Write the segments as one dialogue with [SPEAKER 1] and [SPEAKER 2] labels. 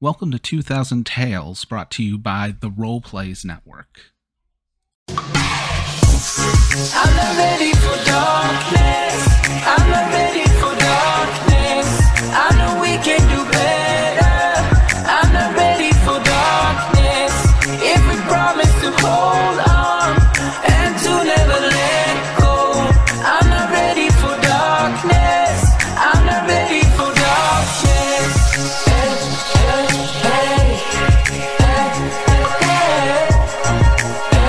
[SPEAKER 1] Welcome to 2000 Tales, brought to you by the Roleplays Network.
[SPEAKER 2] I'm not ready for darkness. I'm not ready for darkness. I know we can do better. I'm not ready for darkness. If we promise to hold on and to never let go, I'm not ready for darkness. I'm not ready for darkness. Hey, hey, hey, hey, hey, hey.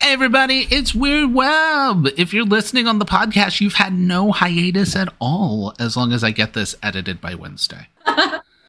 [SPEAKER 1] Hey everybody, it's Weird Web. If you're listening on the podcast, you've had no hiatus at all, as long as I get this edited by Wednesday.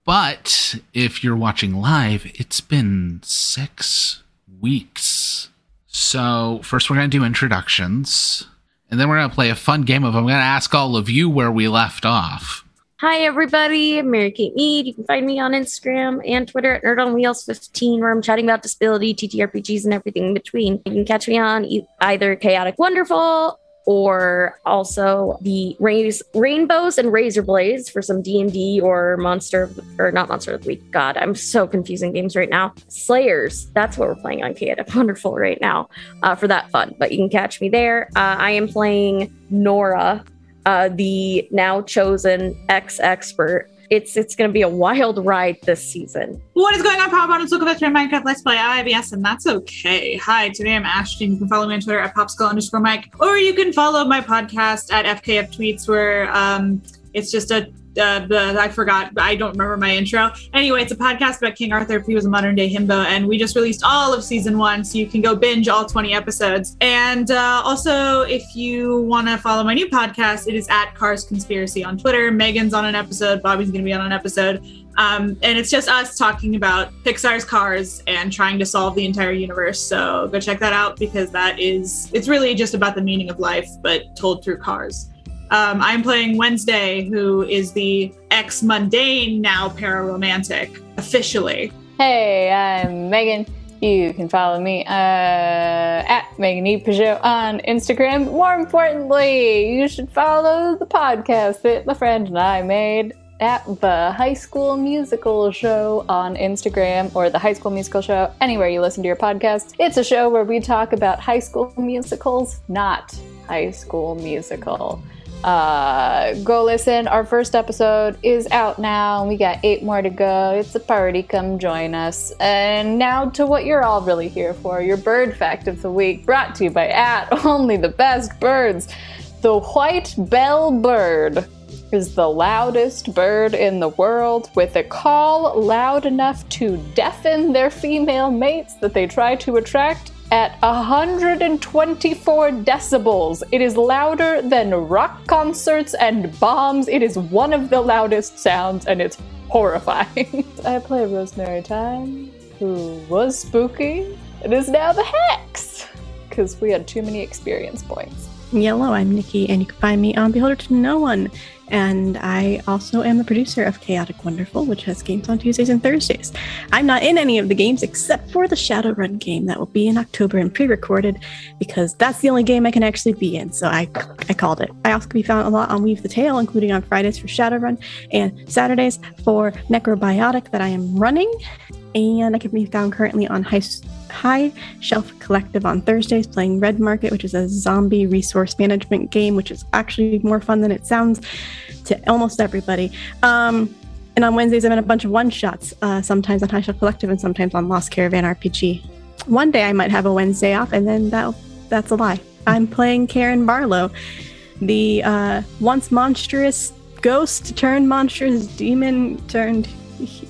[SPEAKER 1] but if you're watching live, it's been six weeks. So, first, we're going to do introductions, and then we're going to play a fun game of I'm going to ask all of you where we left off.
[SPEAKER 3] Hi, everybody. I'm Mary Kate Mead. You can find me on Instagram and Twitter at Nerd on Wheels 15, where I'm chatting about disability, TTRPGs, and everything in between. You can catch me on e- either Chaotic Wonderful or also the Rays, Rainbows and Razor Blades for some D&D or Monster, of the, or not Monster of the Week. God, I'm so confusing games right now. Slayers. That's what we're playing on Chaotic Wonderful right now uh, for that fun. But you can catch me there. Uh, I am playing Nora, uh, the now chosen ex expert. It's it's going to be a wild ride this season.
[SPEAKER 4] What is going on, Pop Bottles? Welcome back to my Minecraft Let's Play. I'm yes, and that's okay. Hi, today I'm Ashton. You can follow me on Twitter at popsicle underscore Mike, or you can follow my podcast at FKF Tweets, where um, it's just a uh, the, I forgot. I don't remember my intro. Anyway, it's a podcast about King Arthur if he was a modern day himbo, and we just released all of season one, so you can go binge all 20 episodes. And uh, also, if you want to follow my new podcast, it is at Cars Conspiracy on Twitter. Megan's on an episode. Bobby's going to be on an episode. Um, and it's just us talking about Pixar's Cars and trying to solve the entire universe. So go check that out because that is, it's really just about the meaning of life, but told through cars. Um, I'm playing Wednesday, who is the ex mundane, now pararomantic, officially.
[SPEAKER 5] Hey, I'm Megan. You can follow me uh, at Megan E. Peugeot on Instagram. More importantly, you should follow the podcast that my friend and I made at the High School Musical Show on Instagram or the High School Musical Show, anywhere you listen to your podcast. It's a show where we talk about high school musicals, not high school musical uh, go listen. Our first episode is out now. and We got eight more to go. It's a party. Come join us. And now to what you're all really here for your bird fact of the week, brought to you by at only the best birds. The white bell bird is the loudest bird in the world with a call loud enough to deafen their female mates that they try to attract at 124 decibels. It is louder than rock concerts and bombs. It is one of the loudest sounds and it's horrifying. I play Rosemary Time, who was spooky and is now the hex because we had too many experience points.
[SPEAKER 6] Yellow, I'm Nikki, and you can find me on Beholder to No One. And I also am the producer of Chaotic Wonderful, which has games on Tuesdays and Thursdays. I'm not in any of the games except for the Shadowrun game that will be in October and pre-recorded because that's the only game I can actually be in. So I, I called it. I also can be found a lot on Weave the Tale, including on Fridays for Shadowrun and Saturdays for Necrobiotic that I am running. And I can be found currently on High High Shelf Collective on Thursdays playing Red Market, which is a zombie resource management game, which is actually more fun than it sounds to almost everybody. Um, and on Wednesdays, I'm in a bunch of one shots, uh, sometimes on High Shelf Collective and sometimes on Lost Caravan RPG. One day I might have a Wednesday off, and then that that's a lie. I'm playing Karen Barlow, the uh, once monstrous ghost turned monstrous demon turned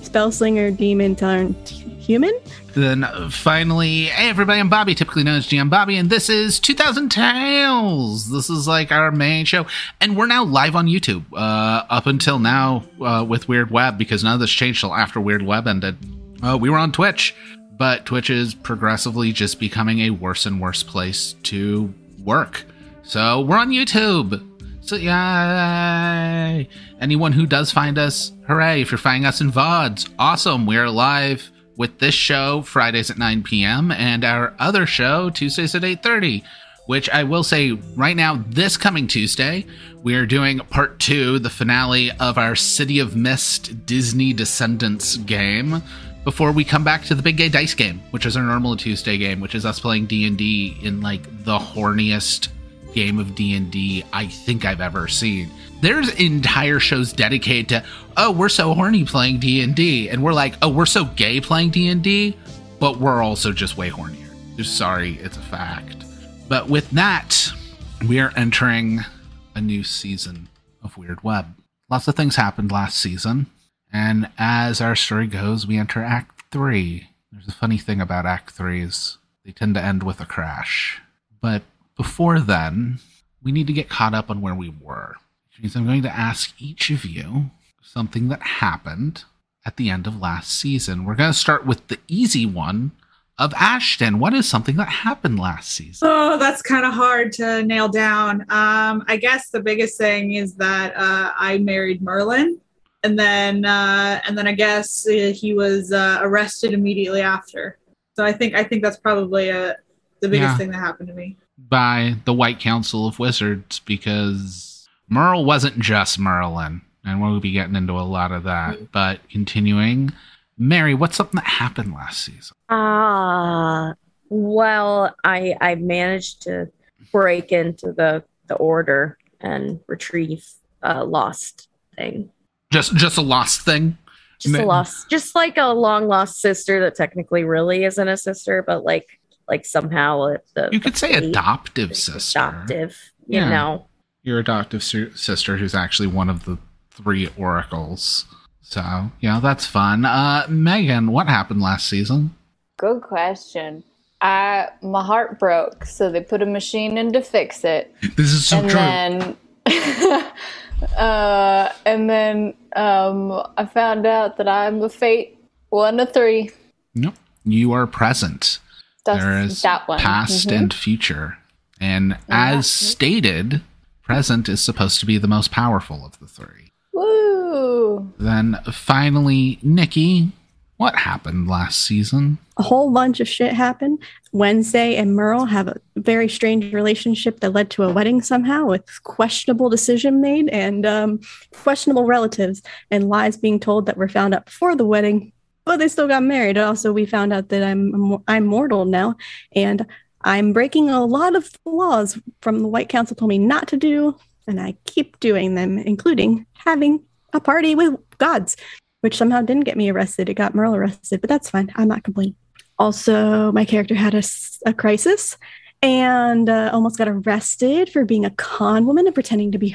[SPEAKER 6] spellslinger demon turned human.
[SPEAKER 1] Then uh, finally, hey everybody, I'm Bobby, typically known as GM Bobby, and this is 2000 Tales. This is like our main show, and we're now live on YouTube. Uh, up until now, uh, with Weird Web, because none of this changed till after Weird Web ended. Uh, we were on Twitch, but Twitch is progressively just becoming a worse and worse place to work. So we're on YouTube. So yay! Anyone who does find us, hooray! If you're finding us in VODs, awesome. We're live with this show Fridays at 9 p.m. and our other show Tuesdays at 8:30. which I will say right now, this coming Tuesday, we are doing part two, the finale of our City of Mist Disney Descendants game. Before we come back to the Big Gay Dice game, which is our normal Tuesday game, which is us playing D and D in like the horniest game of D&D I think I've ever seen. There's entire shows dedicated to, "Oh, we're so horny playing D&D." And we're like, "Oh, we're so gay playing D&D." But we're also just way hornier. Just sorry, it's a fact. But with that, we are entering a new season of Weird Web. Lots of things happened last season, and as our story goes, we enter Act 3. There's a funny thing about Act 3 is they tend to end with a crash. But before then, we need to get caught up on where we were. Which means I'm going to ask each of you something that happened at the end of last season. We're going to start with the easy one of Ashton. What is something that happened last season?
[SPEAKER 4] Oh, that's kind of hard to nail down. Um, I guess the biggest thing is that uh, I married Merlin, and then uh, and then I guess uh, he was uh, arrested immediately after. So I think I think that's probably uh the biggest
[SPEAKER 1] Yeah.
[SPEAKER 4] thing that happened to me.
[SPEAKER 1] By the White Council of Wizards, because Merle wasn't just Merlin, and we'll be getting into a lot of that. But continuing, Mary, what's something that happened last season?
[SPEAKER 3] Ah, well, I I managed to break into the the order and retrieve a lost thing.
[SPEAKER 1] Just just a lost thing.
[SPEAKER 3] Just
[SPEAKER 1] Ma-
[SPEAKER 3] a lost, just like a long lost sister that technically really isn't a sister, but like like somehow it, the
[SPEAKER 1] You could say
[SPEAKER 3] fate
[SPEAKER 1] adoptive
[SPEAKER 3] is
[SPEAKER 1] sister.
[SPEAKER 3] adoptive, you
[SPEAKER 1] Yeah.
[SPEAKER 3] know.
[SPEAKER 1] your adoptive su- sister who's actually one of the three oracles so yeah that's fun uh megan what happened last season
[SPEAKER 5] Good question. I my heart broke, so they put a machine in to fix it.
[SPEAKER 1] this is so
[SPEAKER 5] and
[SPEAKER 1] true
[SPEAKER 5] then uh, and then um, I found out that I'm a fate one of three.
[SPEAKER 1] Yep. you are present
[SPEAKER 5] That's
[SPEAKER 1] there is
[SPEAKER 5] that one.
[SPEAKER 1] past
[SPEAKER 5] Mhm.
[SPEAKER 1] and future and as stated present is supposed to be the most powerful of the three
[SPEAKER 5] Mm-hmm. Woo!
[SPEAKER 1] then finally nikki what happened last season
[SPEAKER 6] a whole bunch of shit happened. Wednesday and Merle have a very strange relationship that led to a wedding somehow with questionable decision made and um, questionable relatives and lies being told that were found out before the wedding, but they still got married. Also, we found out that I'm I'm mortal now and I'm breaking a lot of laws from the White Council told me not to do, and I keep doing them, including having a party with gods, which somehow didn't get me arrested. It got Merle arrested, but that's fine. I'm not complaining also my character had a, s- a crisis and uh, almost got arrested for being a con woman and pretending to be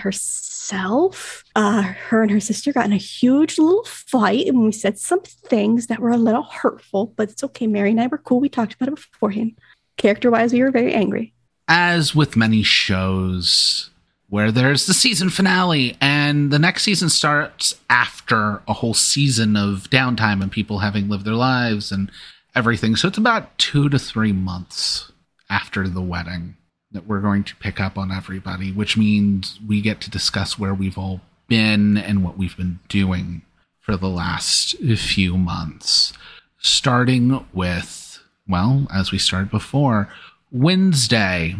[SPEAKER 6] herself uh, her and her sister got in a huge little fight and we said some things that were a little hurtful but it's okay mary and i were cool we talked about it beforehand character wise we were very angry
[SPEAKER 1] as with many shows where there's the season finale and the next season starts after a whole season of downtime and people having lived their lives and everything. So it's about two to three months after the wedding that we're going to pick up on everybody, which means we get to discuss where we've all been and what we've been doing for the last few months. Starting with, well, as we started before, Wednesday,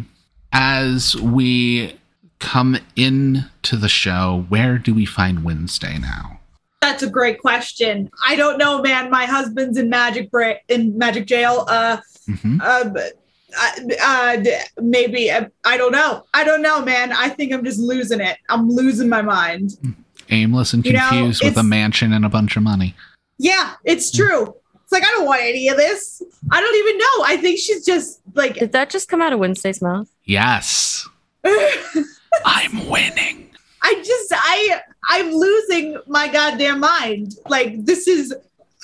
[SPEAKER 1] as we come into the show, where do we find Wednesday now?
[SPEAKER 4] That's a great question. I don't know, man. My husband's in magic bra- in magic jail. Uh,
[SPEAKER 1] hmm
[SPEAKER 4] um, uh, uh, d- maybe uh, I don't know. I don't know, man. I think I'm just losing it. I'm losing my mind.
[SPEAKER 1] Aimless and
[SPEAKER 4] You know,
[SPEAKER 1] confused with a
[SPEAKER 4] it's-
[SPEAKER 1] mansion and a bunch of money.
[SPEAKER 4] Yeah, it's true. It's like I don't want any of this. I don't even know. I think she's just like
[SPEAKER 3] Did that just come out of Wednesday's mouth?
[SPEAKER 1] Yes,
[SPEAKER 4] I
[SPEAKER 1] I'm winning.
[SPEAKER 4] just I I'm losing my goddamn mind. Like this is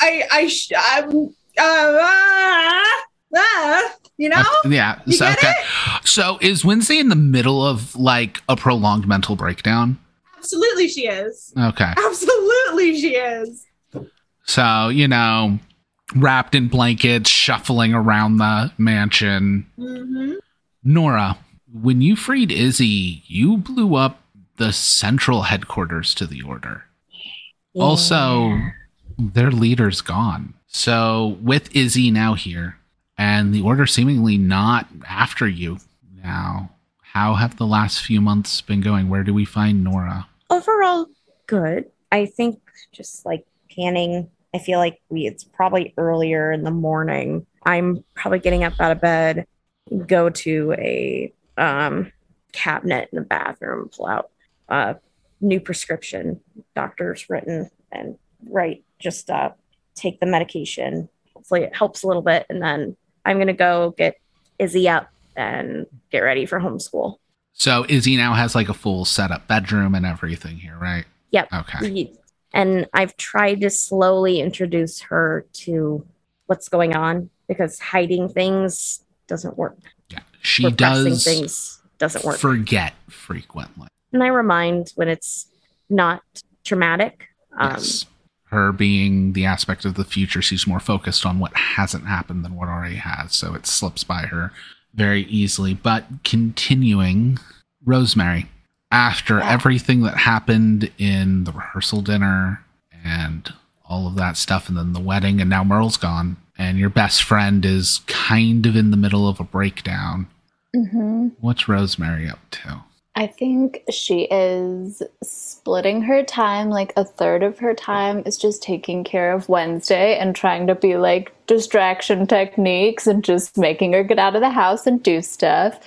[SPEAKER 4] I I sh- I'm uh, ah, ah, you know?
[SPEAKER 1] Okay, Uh, yeah.
[SPEAKER 4] You
[SPEAKER 1] so,
[SPEAKER 4] get
[SPEAKER 1] okay. So is Wednesday in the middle of like a prolonged mental breakdown?
[SPEAKER 4] Absolutely she is.
[SPEAKER 1] Okay.
[SPEAKER 4] Absolutely she is.
[SPEAKER 1] So, you know, wrapped in blankets, shuffling around the mansion,
[SPEAKER 4] hmm
[SPEAKER 1] Nora, when you freed Izzy, you blew up the central headquarters to the order. Also, their leader's gone. So, with Izzy now here and the order seemingly not after you, now. How have the last few months been going? Where do we find Nora?
[SPEAKER 3] overall good. I think just like panning, I feel like we it's probably earlier in the morning. I'm probably getting up out of bed, go to a um, cabinet in the bathroom, pull out a new prescription doctor's written, and write just uh, take the medication. Hopefully, it helps a little bit, and then I'm gonna go get Izzy up and get ready for homeschool.
[SPEAKER 1] So Izzy now has like a full setup bedroom and everything here, right?
[SPEAKER 3] Yep. Mm-hmm.
[SPEAKER 1] Okay.
[SPEAKER 3] And I've tried to slowly introduce her to what's going on because hiding things doesn't work.
[SPEAKER 1] Yeah. She
[SPEAKER 3] Repressing
[SPEAKER 1] does
[SPEAKER 3] things doesn't work.
[SPEAKER 1] forget frequently.
[SPEAKER 3] and I remind when it's not traumatic. Um,
[SPEAKER 1] yes. Her being the aspect of the future, she's more focused on what hasn't happened than what already has. So it slips by her very easily. But continuing, Rosemary, after everything that happened in the rehearsal dinner and all of that stuff, and then the wedding, and now Merle's gone, and your best friend is kind of in the middle of a breakdown.
[SPEAKER 5] Mm-hmm.
[SPEAKER 1] What's Rosemary up to?
[SPEAKER 5] I think she is splitting her time, like a third of her time is just taking care of Wednesday and trying to be like distraction techniques and just making her get out of the house and do stuff.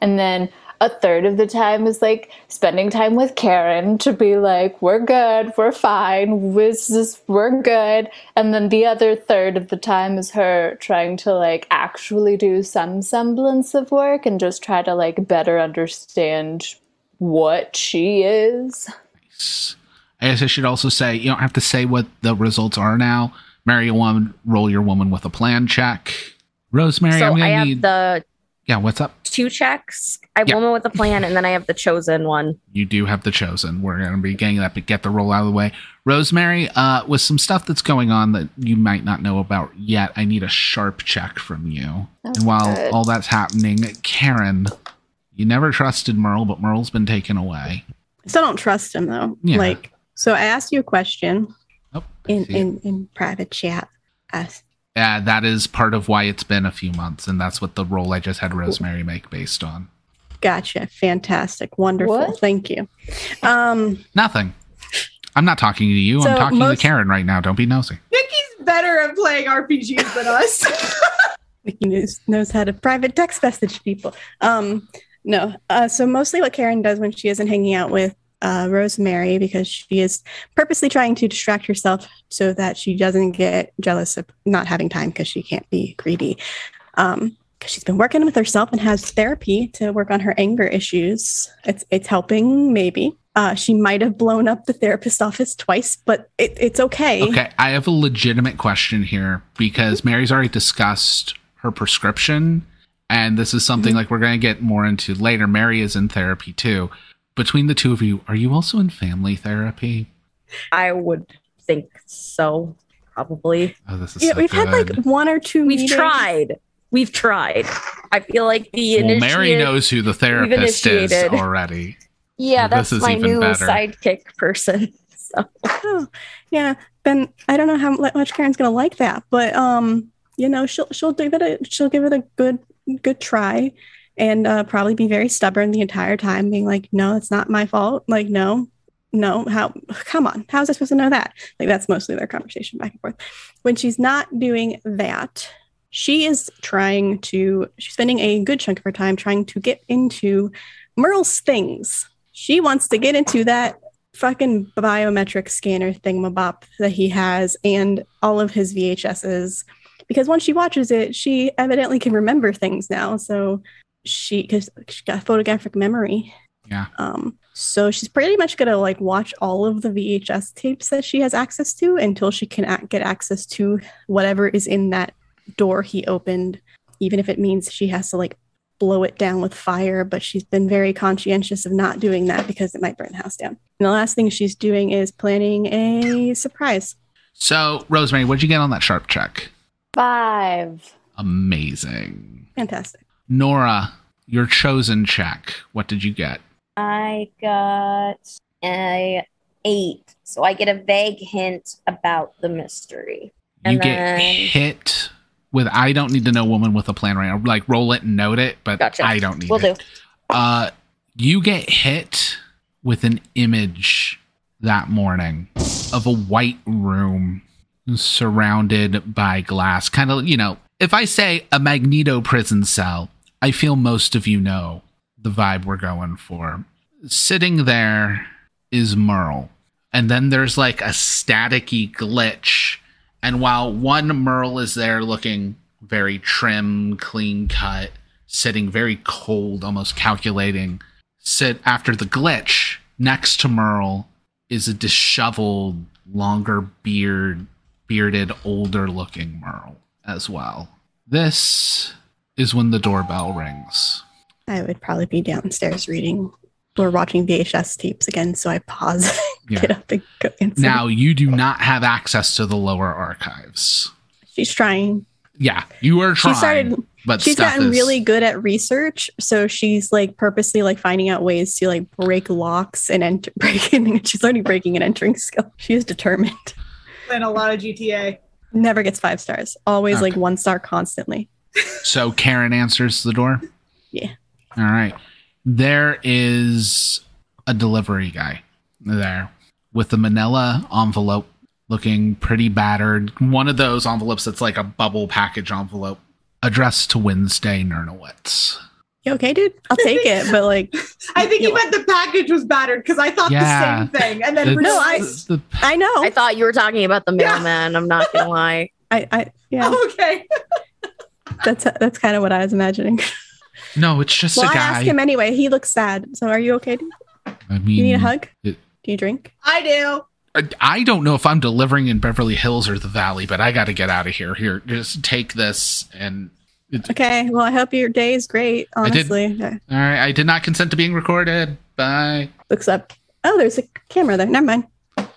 [SPEAKER 5] And then a third of the time is like spending time with Karen to be like, we're good, we're fine, this is, we're good. And then the other third of the time is her trying to like actually do some semblance of work and just try to like better understand what she is.
[SPEAKER 1] I guess I should also say you don't have to say what the results are now. Marry a woman, roll your woman with a plan check. Rosemary, I'm
[SPEAKER 3] so
[SPEAKER 1] gonna
[SPEAKER 3] I have
[SPEAKER 1] need.
[SPEAKER 3] the
[SPEAKER 1] yeah, what's up?
[SPEAKER 3] two checks. I have
[SPEAKER 1] Yeah.
[SPEAKER 3] woman with a plan, and then I have the chosen one.
[SPEAKER 1] You do have the chosen. We're gonna be getting that, but get the roll out of the way. Rosemary, uh, with some stuff that's going on that you might not know about yet, I need a sharp check from you.
[SPEAKER 5] That's
[SPEAKER 1] and while
[SPEAKER 5] good.
[SPEAKER 1] all that's happening, Karen, you never trusted Merle, but Merle's been taken away.
[SPEAKER 6] I still don't trust him though.
[SPEAKER 1] Yeah.
[SPEAKER 6] Like, so I asked you a question
[SPEAKER 1] Oh, I
[SPEAKER 6] in
[SPEAKER 1] see it.
[SPEAKER 6] in, in private chat. Uh, Us.
[SPEAKER 1] Yeah, that is part of why it's been a few months, and that's what the role I just had Rosemary make based on.
[SPEAKER 6] Gotcha. Fantastic. Wonderful.
[SPEAKER 5] What?
[SPEAKER 6] Thank you. Um,
[SPEAKER 1] Nothing. I'm not talking to you.
[SPEAKER 6] So
[SPEAKER 1] I'm talking
[SPEAKER 6] most-
[SPEAKER 1] to Karen right now. Don't be nosy.
[SPEAKER 4] Nikki's better at playing RPGs than us.
[SPEAKER 6] Wiki News knows how to private text message people. Um, no. Uh, so mostly what Karen does when she isn't hanging out with uh, Rosemary because she is purposely trying to distract herself so that she doesn't get jealous of not having time because she can't be greedy. Um, because she's been working with herself and has therapy to work on her anger issues. It's it's helping maybe. Uh, she might have blown up the therapist office twice, but it, it's okay.
[SPEAKER 1] Okay, I have a legitimate question here because Mary's already discussed her prescription, and this is
[SPEAKER 6] Mm-hmm.
[SPEAKER 1] something like we're going to get more into later. Mary is in therapy too. Between the two of you, are you also in family therapy?
[SPEAKER 3] I would think so, probably.
[SPEAKER 1] Oh, this is
[SPEAKER 6] Yeah,
[SPEAKER 1] so
[SPEAKER 6] we've had like
[SPEAKER 1] good.
[SPEAKER 6] one or two.
[SPEAKER 3] We've
[SPEAKER 6] meetings.
[SPEAKER 3] tried. We've tried. I feel like the
[SPEAKER 1] well,
[SPEAKER 3] initiative.
[SPEAKER 1] Mary knows who the therapist is
[SPEAKER 3] initiated.
[SPEAKER 1] already.
[SPEAKER 3] Yeah,
[SPEAKER 1] This
[SPEAKER 3] that's
[SPEAKER 1] is
[SPEAKER 3] my
[SPEAKER 1] even
[SPEAKER 3] new
[SPEAKER 1] better.
[SPEAKER 3] sidekick person. So
[SPEAKER 6] Oh, yeah. Then I don't know how mu- much Karen's gonna like that, but um, you know, she'll she'll give it a she'll give it a good good try, and uh, probably be very stubborn the entire time, being like, no, it's not my fault. Like, no, no, how? Come on, how was I supposed to know that? Like, that's mostly their conversation back and forth. When she's not doing that, she is trying to. She's spending a good chunk of her time trying to get into Merle's things. She wants to get into that fucking biometric scanner thingamabop that he has and all of his VHSs. Because once she watches it, she evidently can remember things now. So she, because she got photographic memory.
[SPEAKER 1] Yeah.
[SPEAKER 6] Um, so she's pretty much gonna like watch all of the VHS tapes that she has access to until she can ac- get access to whatever is in that door he opened, even if it means she has to like blow it down with fire. But she's been very conscientious of not doing that because it might burn the house down. And the last thing she's doing is planning a surprise.
[SPEAKER 1] So, Rosemary, what'd you get on that sharp check?
[SPEAKER 5] Five.
[SPEAKER 1] Amazing.
[SPEAKER 6] Fantastic.
[SPEAKER 1] Nora, your chosen check. What did you get?
[SPEAKER 3] I got a eight. So I get a vague hint about the mystery.
[SPEAKER 1] You
[SPEAKER 3] And
[SPEAKER 1] get
[SPEAKER 3] then-
[SPEAKER 1] hit with I don't need to know woman with a plan right now. Like roll it and note it, but
[SPEAKER 3] Gotcha.
[SPEAKER 1] I don't need
[SPEAKER 3] Will
[SPEAKER 1] it.
[SPEAKER 3] do.
[SPEAKER 1] Uh, you get hit with an image that morning of a white room surrounded by glass. Kind of, you know, if I say a magneto prison cell, I feel most of you know the vibe we're going for. Sitting there is Merle. And then there's like a staticky glitch. And while one Merle is there looking very trim, clean cut, sitting very cold, almost calculating, sit after the glitch, next to Merle is a disheveled, longer beard, bearded, older looking Merle as well. This is when the doorbell rings.
[SPEAKER 6] I would probably be downstairs reading or watching VHS tapes again, so I pause,
[SPEAKER 1] Yeah.
[SPEAKER 6] get up, and go inside.
[SPEAKER 1] Now you do not have access to the lower archives.
[SPEAKER 6] she's trying.
[SPEAKER 1] Yeah, you are trying.
[SPEAKER 6] She started.
[SPEAKER 1] but
[SPEAKER 6] She's
[SPEAKER 1] stuff
[SPEAKER 6] gotten
[SPEAKER 1] is-
[SPEAKER 6] really good at research, so she's like purposely like finding out ways to like break locks and enter breaking. She's learning breaking and entering skill. She is determined.
[SPEAKER 4] Playing a lot of GTA.
[SPEAKER 6] Never gets five stars. Always like
[SPEAKER 1] Okay.
[SPEAKER 6] one star constantly.
[SPEAKER 1] So Karen answers the door.
[SPEAKER 6] Yeah.
[SPEAKER 1] All right. There is a delivery guy there with a manila envelope looking pretty battered. One of those envelopes that's like a bubble package envelope addressed to Wednesday Nernowitz.
[SPEAKER 6] You okay, dude? I'll take it, but like
[SPEAKER 4] I think you meant the package was battered because I thought
[SPEAKER 1] Yeah.
[SPEAKER 4] the same thing. And then
[SPEAKER 1] The-
[SPEAKER 4] realized,
[SPEAKER 1] the-
[SPEAKER 6] I
[SPEAKER 3] I
[SPEAKER 6] know.
[SPEAKER 3] thought you were talking about the
[SPEAKER 4] Yeah.
[SPEAKER 3] mailman. I'm not gonna lie.
[SPEAKER 6] Oh. I, I yeah,
[SPEAKER 4] okay.
[SPEAKER 6] that's that's kind of what I was imagining.
[SPEAKER 1] no, it's just
[SPEAKER 6] Well,
[SPEAKER 1] a
[SPEAKER 6] I
[SPEAKER 1] guy.
[SPEAKER 6] asked him anyway. He looks sad. So are you okay? dude?
[SPEAKER 1] I mean,
[SPEAKER 6] Do you need a hug?
[SPEAKER 1] Mm. it-
[SPEAKER 6] Do you drink?
[SPEAKER 4] I do.
[SPEAKER 1] I- I don't know if I'm delivering in Beverly Hills or the Valley, but I got to get out of here. Here, just take this and
[SPEAKER 6] Okay. Well, I hope your day is great.
[SPEAKER 1] I did-
[SPEAKER 6] Honestly, Yeah.
[SPEAKER 1] All right, I did not consent to being recorded. Bye.
[SPEAKER 6] looks up. Oh, there's a camera there. Never mind.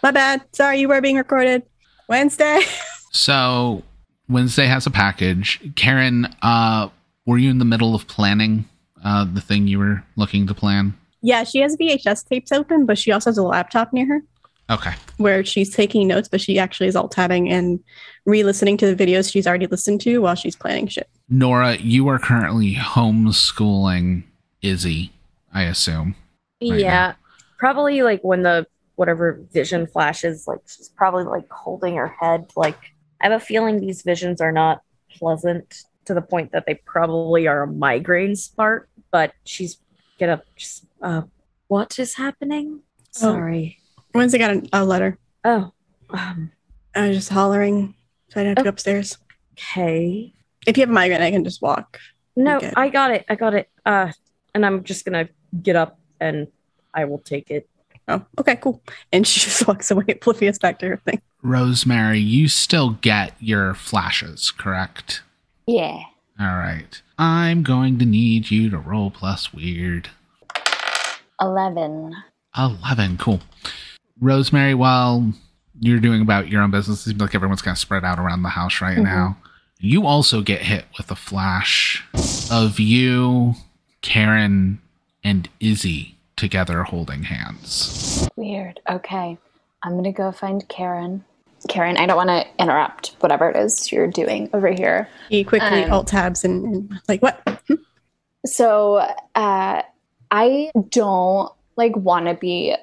[SPEAKER 6] My bad. Sorry, you were being recorded. Wednesday.
[SPEAKER 1] So Wednesday has a package. Karen, uh, were you in the middle of planning uh, the thing you were looking to plan?
[SPEAKER 6] yeah, she has VHS tapes open, but she also has a laptop near her
[SPEAKER 1] Okay.
[SPEAKER 6] where she's taking notes, but she actually is alt tabbing and re-listening to the videos she's already listened to while she's planning shit.
[SPEAKER 1] Nora, you are currently homeschooling Izzy, I assume. Right
[SPEAKER 3] yeah. Probably like when the whatever vision flashes, like she's probably like holding her head. Like I have a feeling these visions are not pleasant to the point that they probably are a migraine spark, but she's get up just uh what is happening? Sorry.
[SPEAKER 6] Wednesday got a, a letter.
[SPEAKER 3] Oh. Um,
[SPEAKER 6] I was just hollering, so I didn't have to go upstairs.
[SPEAKER 3] okay.
[SPEAKER 6] If you have a migraine, I can just walk.
[SPEAKER 3] No,
[SPEAKER 6] good.
[SPEAKER 3] I got it. I got it. Uh and I'm just gonna get up and I will take it.
[SPEAKER 6] Oh, okay, cool. And she just walks away, oblivious back to her thing.
[SPEAKER 1] Rosemary, you still get your flashes, correct?
[SPEAKER 5] Yeah.
[SPEAKER 1] All right. I'm going to need you to roll plus weird.
[SPEAKER 5] 11.
[SPEAKER 1] 11. Oh, Cool. Rosemary, while you're doing about your own business, it seems like everyone's kind of spread out around the house right now. You also get hit with a flash of you, Karen, and Izzy together holding hands.
[SPEAKER 5] Weird. Okay. I'm going to go find Karen. Karen, I don't want to interrupt whatever it is you're doing over here.
[SPEAKER 6] He quickly
[SPEAKER 5] Um.
[SPEAKER 6] alt tabs and, and like, what?
[SPEAKER 5] So, uh, I don't like want to be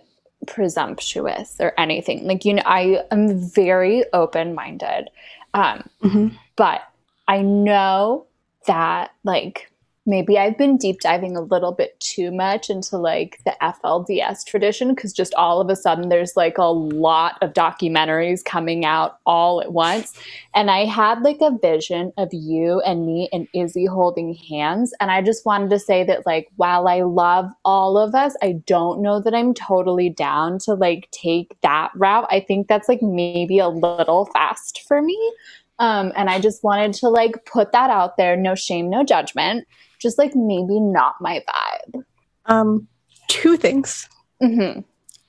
[SPEAKER 5] presumptuous or anything. Like, you know, I am very open minded. Um,
[SPEAKER 6] Mhm.
[SPEAKER 5] but I know that like maybe I've been deep diving a little bit too much into like the FLDS tradition because just all of a sudden there's like a lot of documentaries coming out all at once. And I had like a vision of you and me and Izzy holding hands. And I just wanted to say that like while I love all of us, I don't know that I'm totally down to like take that route. I think that's like maybe a little fast for me. Um, and I just wanted to like put that out there. No shame, no judgment. Just like maybe not my vibe.
[SPEAKER 6] Um, two things.
[SPEAKER 5] hmm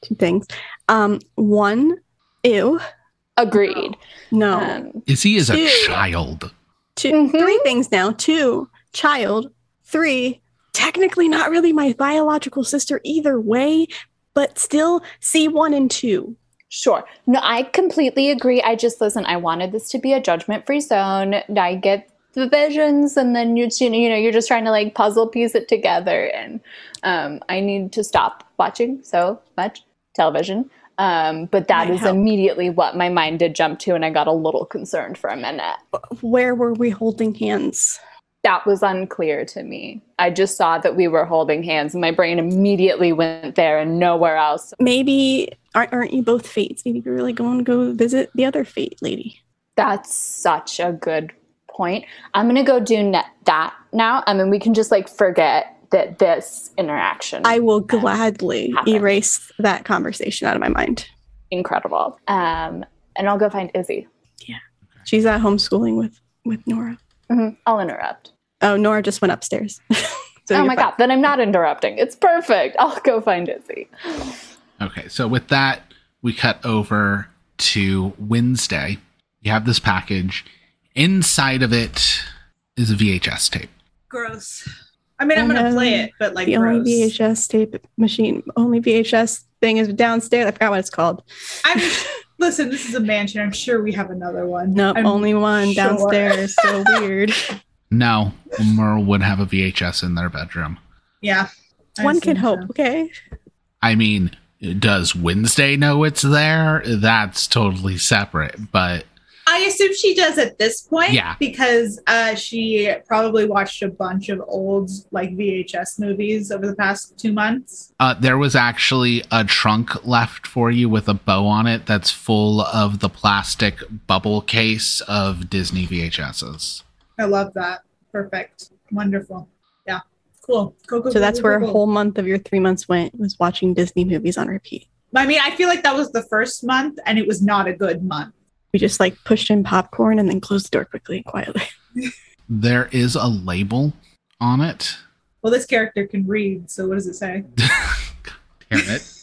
[SPEAKER 6] Two things. Um, one, ew.
[SPEAKER 5] Agreed.
[SPEAKER 6] No.
[SPEAKER 5] Um,
[SPEAKER 1] Izzy is a
[SPEAKER 6] Ew.
[SPEAKER 1] child.
[SPEAKER 6] 2
[SPEAKER 5] Mhm.
[SPEAKER 6] three things now. Two, child. Three, technically not really my biological sister either way, but still C one and two.
[SPEAKER 5] Sure. No, I completely agree. I just listen. I wanted this to be a judgment-free zone. I get the visions, and then you you know you're just trying to like puzzle piece it together. And um, I need to stop watching so much television. Um, but that
[SPEAKER 6] Might
[SPEAKER 5] is
[SPEAKER 6] help.
[SPEAKER 5] immediately what my mind did jump to, and I got a little concerned for a minute.
[SPEAKER 6] Where were we holding hands?
[SPEAKER 5] That was unclear to me. I just saw that we were holding hands, and my brain immediately went there and nowhere else.
[SPEAKER 6] Maybe aren't, aren't you both fates? Maybe you're really going to go visit the other fate lady.
[SPEAKER 5] That's such a good point. I'm gonna go do ne- that now, and then we can just like forget that this interaction.
[SPEAKER 6] I will gladly
[SPEAKER 5] Happen.
[SPEAKER 6] erase that conversation out of my mind.
[SPEAKER 5] incredible. Um, and I'll go find Izzy.
[SPEAKER 6] She's at homeschooling with with Nora.
[SPEAKER 5] Mhm. I'll interrupt.
[SPEAKER 6] Oh, Nora just went upstairs. So
[SPEAKER 5] oh
[SPEAKER 6] you're
[SPEAKER 5] my
[SPEAKER 6] fine.
[SPEAKER 5] god! Then I'm not interrupting. It's perfect. I'll go find Izzy.
[SPEAKER 1] Okay, so with that, we cut over to Wednesday. You have this package. Inside of it is a VHS tape.
[SPEAKER 4] Gross. I mean, I'm
[SPEAKER 6] I
[SPEAKER 4] gonna
[SPEAKER 6] know.
[SPEAKER 4] play it, but like,
[SPEAKER 6] The
[SPEAKER 4] gross.
[SPEAKER 6] only VHS tape machine, only VHS thing is downstairs. I forgot what it's called.
[SPEAKER 4] I'm listen. This is a mansion. I'm sure we have another one.
[SPEAKER 6] Nope,
[SPEAKER 4] I'm-
[SPEAKER 6] only one
[SPEAKER 4] sure.
[SPEAKER 6] downstairs. So weird.
[SPEAKER 1] No, Merle would have a VHS in their bedroom.
[SPEAKER 4] Yeah. I
[SPEAKER 6] one can
[SPEAKER 4] assume
[SPEAKER 6] hope.
[SPEAKER 4] so.
[SPEAKER 6] Okay.
[SPEAKER 1] I mean, does Wednesday know it's there? That's totally separate, but
[SPEAKER 4] I assume she does at this point.
[SPEAKER 1] Yeah.
[SPEAKER 4] Because uh, she probably watched a bunch of old like VHS movies over the past two months.
[SPEAKER 1] uh, there was actually a trunk left for you with a bow on it that's full of the plastic bubble case of Disney VHSs.
[SPEAKER 4] I love that. Perfect. Wonderful. Yeah. Cool. Cool. cool
[SPEAKER 6] So that's
[SPEAKER 4] cool, cool,
[SPEAKER 6] where a
[SPEAKER 4] cool.
[SPEAKER 6] whole month of your three months went was watching Disney movies on repeat.
[SPEAKER 4] I mean, I feel like that was the first month, and it was not a good month.
[SPEAKER 6] We just like pushed in popcorn and then closed the door quickly and quietly.
[SPEAKER 1] There is a label on it.
[SPEAKER 4] Well, this character can read, so what does it say?
[SPEAKER 1] Damn it.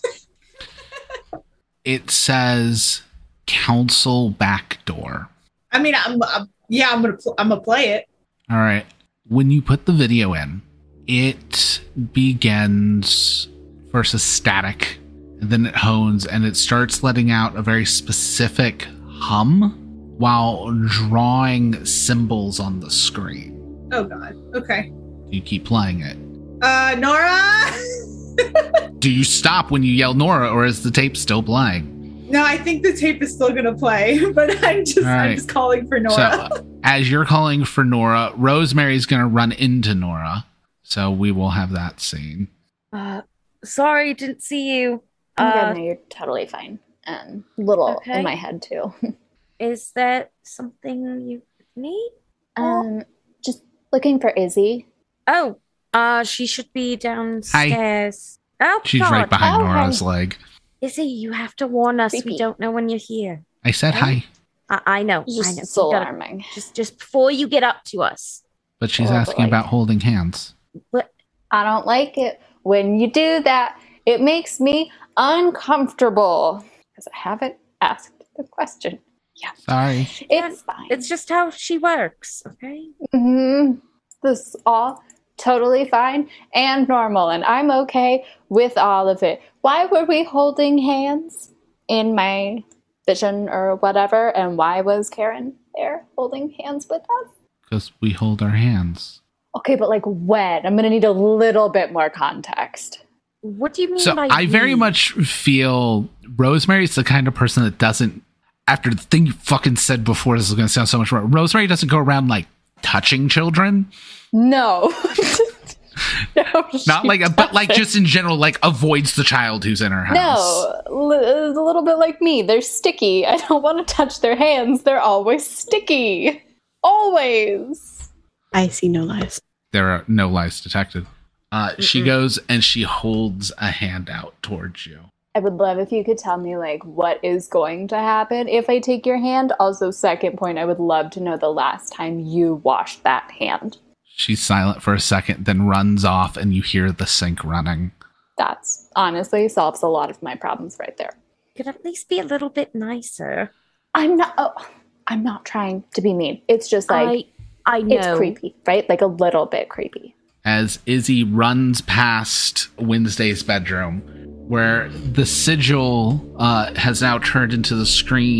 [SPEAKER 1] it says council backdoor.
[SPEAKER 4] I mean, I'm, I'm yeah, I'm gonna pl- I'm gonna play it.
[SPEAKER 1] All right. When you put the video in, it begins first as static, and then it hones and it starts letting out a very specific hum while drawing symbols on the screen.
[SPEAKER 4] Oh God. Okay.
[SPEAKER 1] You keep playing it.
[SPEAKER 4] Uh, Nora.
[SPEAKER 1] Do you stop when you yell Nora, or is the tape still playing?
[SPEAKER 4] No, I think the tape is still gonna play, but I'm just
[SPEAKER 1] Alright.
[SPEAKER 4] I'm just calling for Nora.
[SPEAKER 1] So, as you're calling for Nora, Rosemary's going to run into Nora. So, we will have that scene.
[SPEAKER 3] Uh, sorry, didn't see you.
[SPEAKER 5] Oh my
[SPEAKER 3] Uh,
[SPEAKER 5] god! No, you're totally fine. Um, little
[SPEAKER 3] Okay.
[SPEAKER 5] in my head too.
[SPEAKER 3] is that something you need?
[SPEAKER 5] Um, just looking for Izzy.
[SPEAKER 3] Oh, uh, she should be downstairs. Oh,
[SPEAKER 1] She's
[SPEAKER 3] God.
[SPEAKER 1] right behind
[SPEAKER 5] okay.
[SPEAKER 1] Nora's leg.
[SPEAKER 3] Izzy, you have to warn us.
[SPEAKER 5] Creepy.
[SPEAKER 3] We don't know when you're here.
[SPEAKER 1] I said hi.
[SPEAKER 3] I, I know.
[SPEAKER 5] It's
[SPEAKER 3] I know.
[SPEAKER 5] Just
[SPEAKER 3] You
[SPEAKER 5] so
[SPEAKER 3] gotta-
[SPEAKER 5] alarming.
[SPEAKER 3] just, just before you get up to us.
[SPEAKER 1] But she's
[SPEAKER 5] Oh, but
[SPEAKER 1] asking
[SPEAKER 5] like-
[SPEAKER 1] about holding hands.
[SPEAKER 5] I don't like it when you do that. It makes me uncomfortable because I haven't asked the question.
[SPEAKER 1] Sorry.
[SPEAKER 5] It's fine.
[SPEAKER 3] It's just how she works, okay?
[SPEAKER 5] hmm This is all totally fine and normal, and I'm okay with all of it. Why were we holding hands in my vision or whatever? And why was Karen there holding hands with us?
[SPEAKER 1] Because we hold our hands.
[SPEAKER 5] Okay, but like when? I'm gonna need a little bit more context.
[SPEAKER 3] What do you mean
[SPEAKER 1] So
[SPEAKER 3] by
[SPEAKER 1] I very
[SPEAKER 3] we?
[SPEAKER 1] much feel Rosemary's the kind of person that doesn't, after the thing you fucking said before, this is going to sound so much more. Rosemary doesn't go around like touching children.
[SPEAKER 5] No. no
[SPEAKER 1] Not
[SPEAKER 5] she
[SPEAKER 1] like, but like
[SPEAKER 5] doesn't.
[SPEAKER 1] just in general, like avoids the child who's in her house.
[SPEAKER 5] No, li- a little bit like me. They're sticky. I don't want to touch their hands. They're always sticky. Always.
[SPEAKER 6] I see no lies.
[SPEAKER 1] There are no lies detected. Uh, she goes and she holds a hand out towards you.
[SPEAKER 5] I would love if you could tell me like what is going to happen if I take your hand. Also, second point, I would love to know the last time you washed that hand.
[SPEAKER 1] She's silent for a second, then runs off, and you hear the sink running.
[SPEAKER 5] That's honestly solves a lot of my problems right there.
[SPEAKER 3] Could at least be a little bit nicer.
[SPEAKER 5] I'm not. Oh, I'm not trying to be mean. It's just like
[SPEAKER 3] I, I know.
[SPEAKER 5] it's creepy, right? Like a little bit creepy.
[SPEAKER 1] as Izzy runs past Wednesday's bedroom. where the sigil uh, has now turned into the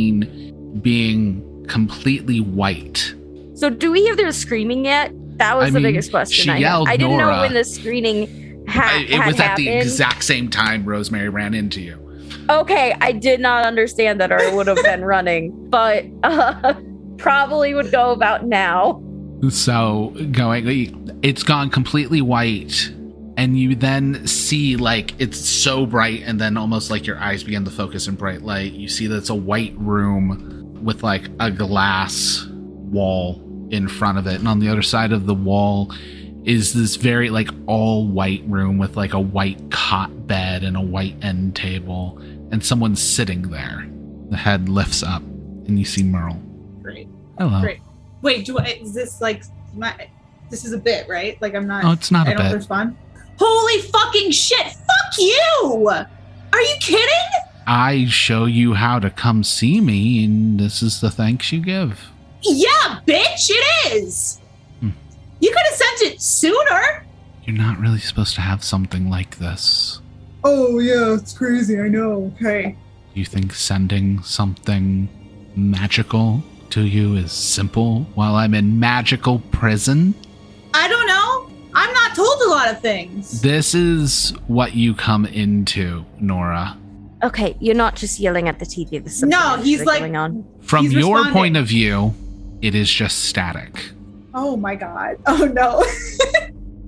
[SPEAKER 1] screen being completely white.
[SPEAKER 3] So do we hear their screaming yet? That was
[SPEAKER 1] I
[SPEAKER 3] the
[SPEAKER 1] mean,
[SPEAKER 3] biggest question.
[SPEAKER 1] she
[SPEAKER 3] I, had.
[SPEAKER 1] yelled
[SPEAKER 3] I didn't
[SPEAKER 1] Nora.
[SPEAKER 3] know when the screening ha-
[SPEAKER 1] I- it
[SPEAKER 3] had
[SPEAKER 1] was at
[SPEAKER 3] happened.
[SPEAKER 1] the exact same time Rosemary ran into you.
[SPEAKER 3] okay, I did not understand that, or I would have been running, but uh, probably would go about now.
[SPEAKER 1] So going, it's gone completely white, and you then see like it's so bright, and then almost like your eyes begin to focus in bright light. You see that it's a white room with like a glass wall in front of it, and on the other side of the wall is this very like all white room with like a white cot bed and a white end table, and someone's sitting there. The head lifts up, and you see Merle.
[SPEAKER 4] Great.
[SPEAKER 1] Hello.
[SPEAKER 4] Great. Wait, do I, is this like my? This is a bit, right? Like I'm not.
[SPEAKER 1] Oh, it's not
[SPEAKER 4] I
[SPEAKER 1] a
[SPEAKER 4] don't
[SPEAKER 1] bed.
[SPEAKER 4] respond. Holy fucking shit! Fuck you! Are you kidding?
[SPEAKER 1] I show you how to come see me, and this is the thanks you give.
[SPEAKER 4] Yeah, bitch, it is.
[SPEAKER 1] Hmm.
[SPEAKER 4] You could have sent it sooner.
[SPEAKER 1] You're not really supposed to have something like this.
[SPEAKER 4] Oh yeah, it's crazy. I know. Okay.
[SPEAKER 1] You think sending something magical to you is simple while I'm in magical prison?
[SPEAKER 4] I don't know. I'm not told a lot of things.
[SPEAKER 1] This is what you come into, Nora.
[SPEAKER 3] Okay, you're not just yelling at the TV. There's something
[SPEAKER 4] No, he's
[SPEAKER 3] actually
[SPEAKER 4] like-
[SPEAKER 3] going on.
[SPEAKER 1] From
[SPEAKER 4] He's
[SPEAKER 1] your
[SPEAKER 4] responding.
[SPEAKER 1] point of view, it is just static.
[SPEAKER 4] oh my god. Oh no.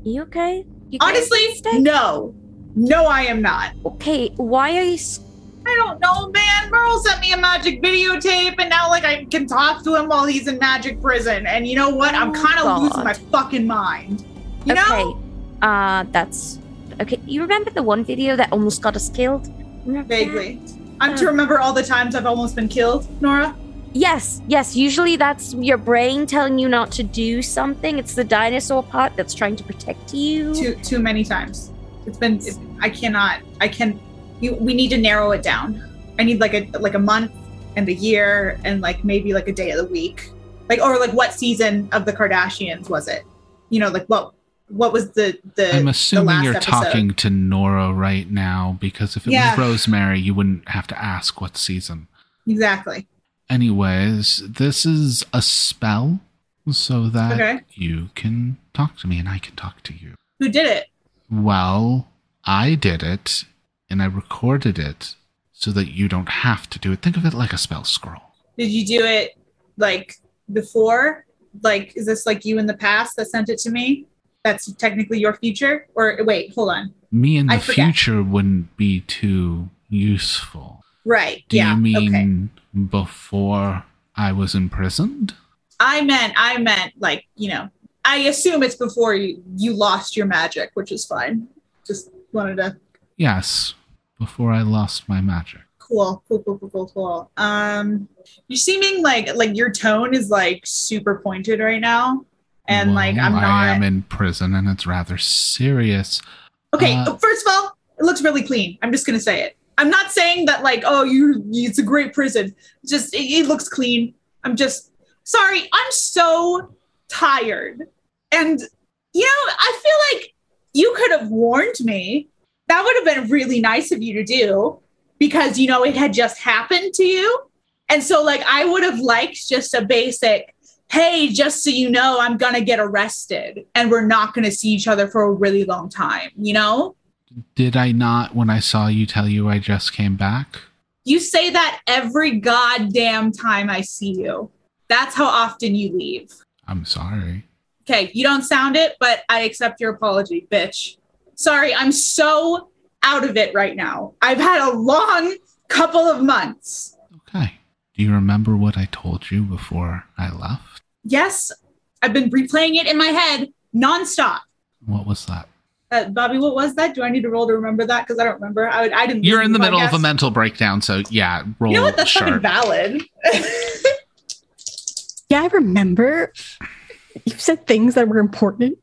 [SPEAKER 3] You okay? You guys
[SPEAKER 4] Honestly,
[SPEAKER 3] okay?
[SPEAKER 4] no. No, I am not.
[SPEAKER 3] Okay, why are you? s-
[SPEAKER 4] I don't know, man. Merle sent me a magic videotape, and now like I can talk to him while he's in magic prison. And you know what? I'm
[SPEAKER 3] Oh,
[SPEAKER 4] kind of losing
[SPEAKER 3] God.
[SPEAKER 4] my fucking mind. You know?
[SPEAKER 3] Okay, uh, that's okay. You remember the one video that almost got us killed? Remember that?
[SPEAKER 4] Vaguely. I'm to remember all the times I've almost been killed, Nora.
[SPEAKER 3] Yes, yes. Usually that's your brain telling you not to do something. It's the dinosaur part that's trying to protect you.
[SPEAKER 4] Too too many times. It's been. It, I cannot. I can. You, we need to narrow it down. I need like a like a month and a year and like maybe like a day of the week, like or like what season of the Kardashians was it? You know, like what what was the the
[SPEAKER 1] I'm
[SPEAKER 4] the
[SPEAKER 1] assuming
[SPEAKER 4] last
[SPEAKER 1] you're
[SPEAKER 4] episode?
[SPEAKER 1] talking to Nora right now because if it
[SPEAKER 4] Yeah.
[SPEAKER 1] was Rosemary, you wouldn't have to ask what season.
[SPEAKER 4] exactly.
[SPEAKER 1] Anyways, this is a spell so that
[SPEAKER 4] Okay.
[SPEAKER 1] you can talk to me and I can talk to you.
[SPEAKER 4] Who did it?
[SPEAKER 1] Well, I did it and I recorded it so that you don't have to do it. Think of it like a spell scroll.
[SPEAKER 4] Did you do it like before? Like, is this like you in the past that sent it to me? That's technically your future? Or wait, hold on.
[SPEAKER 1] Me in the
[SPEAKER 4] I forget.
[SPEAKER 1] future wouldn't be too useful.
[SPEAKER 4] Right.
[SPEAKER 1] Do
[SPEAKER 4] yeah.
[SPEAKER 1] you
[SPEAKER 4] okay.
[SPEAKER 1] mean before I was imprisoned?
[SPEAKER 4] I meant, I meant like, you know, I assume it's before you, you lost your magic, which is fine. Just wanted to.
[SPEAKER 1] Yes, before I lost my magic.
[SPEAKER 4] Cool, cool, cool, cool, cool, cool. Um, you're seeming like like your tone is like super pointed right now, and
[SPEAKER 1] Well,
[SPEAKER 4] like I'm not.
[SPEAKER 1] I am in prison and it's rather serious.
[SPEAKER 4] Okay,
[SPEAKER 1] Uh,
[SPEAKER 4] first of all, it looks really clean. I'm just gonna say it. I'm not saying that like, oh, you, it's a great prison. Just it, it looks clean. I'm just sorry. I'm so tired, and you know, I feel like you could have warned me. That would have been really nice of you to do because you know it had just happened to you, and so like I would have liked just a basic. Hey, just so you know, I'm gonna get arrested and we're not gonna see each other for a really long time, you know?
[SPEAKER 1] Did I not, when I saw you, tell you I just came back?
[SPEAKER 4] You say that every goddamn time I see you. That's how often you leave.
[SPEAKER 1] I'm sorry.
[SPEAKER 4] Okay, you don't sound it, but I accept your apology, bitch. Sorry, I'm so out of it right now. I've had a long couple of months.
[SPEAKER 1] Okay. Do you remember what I told you before I left?
[SPEAKER 4] Yes, I've been replaying it in my head nonstop.
[SPEAKER 1] What was that?
[SPEAKER 4] Uh, Bobby, what was that? Do I need to roll to remember that? Because I don't remember. I, would, I didn't.
[SPEAKER 1] You're
[SPEAKER 4] listen
[SPEAKER 1] in the
[SPEAKER 4] to
[SPEAKER 1] middle of a
[SPEAKER 4] podcast.
[SPEAKER 1] mental breakdown, so yeah, roll
[SPEAKER 4] You know what? That's fucking
[SPEAKER 1] sharp.
[SPEAKER 4] valid.
[SPEAKER 6] Yeah, I remember you said things that were important.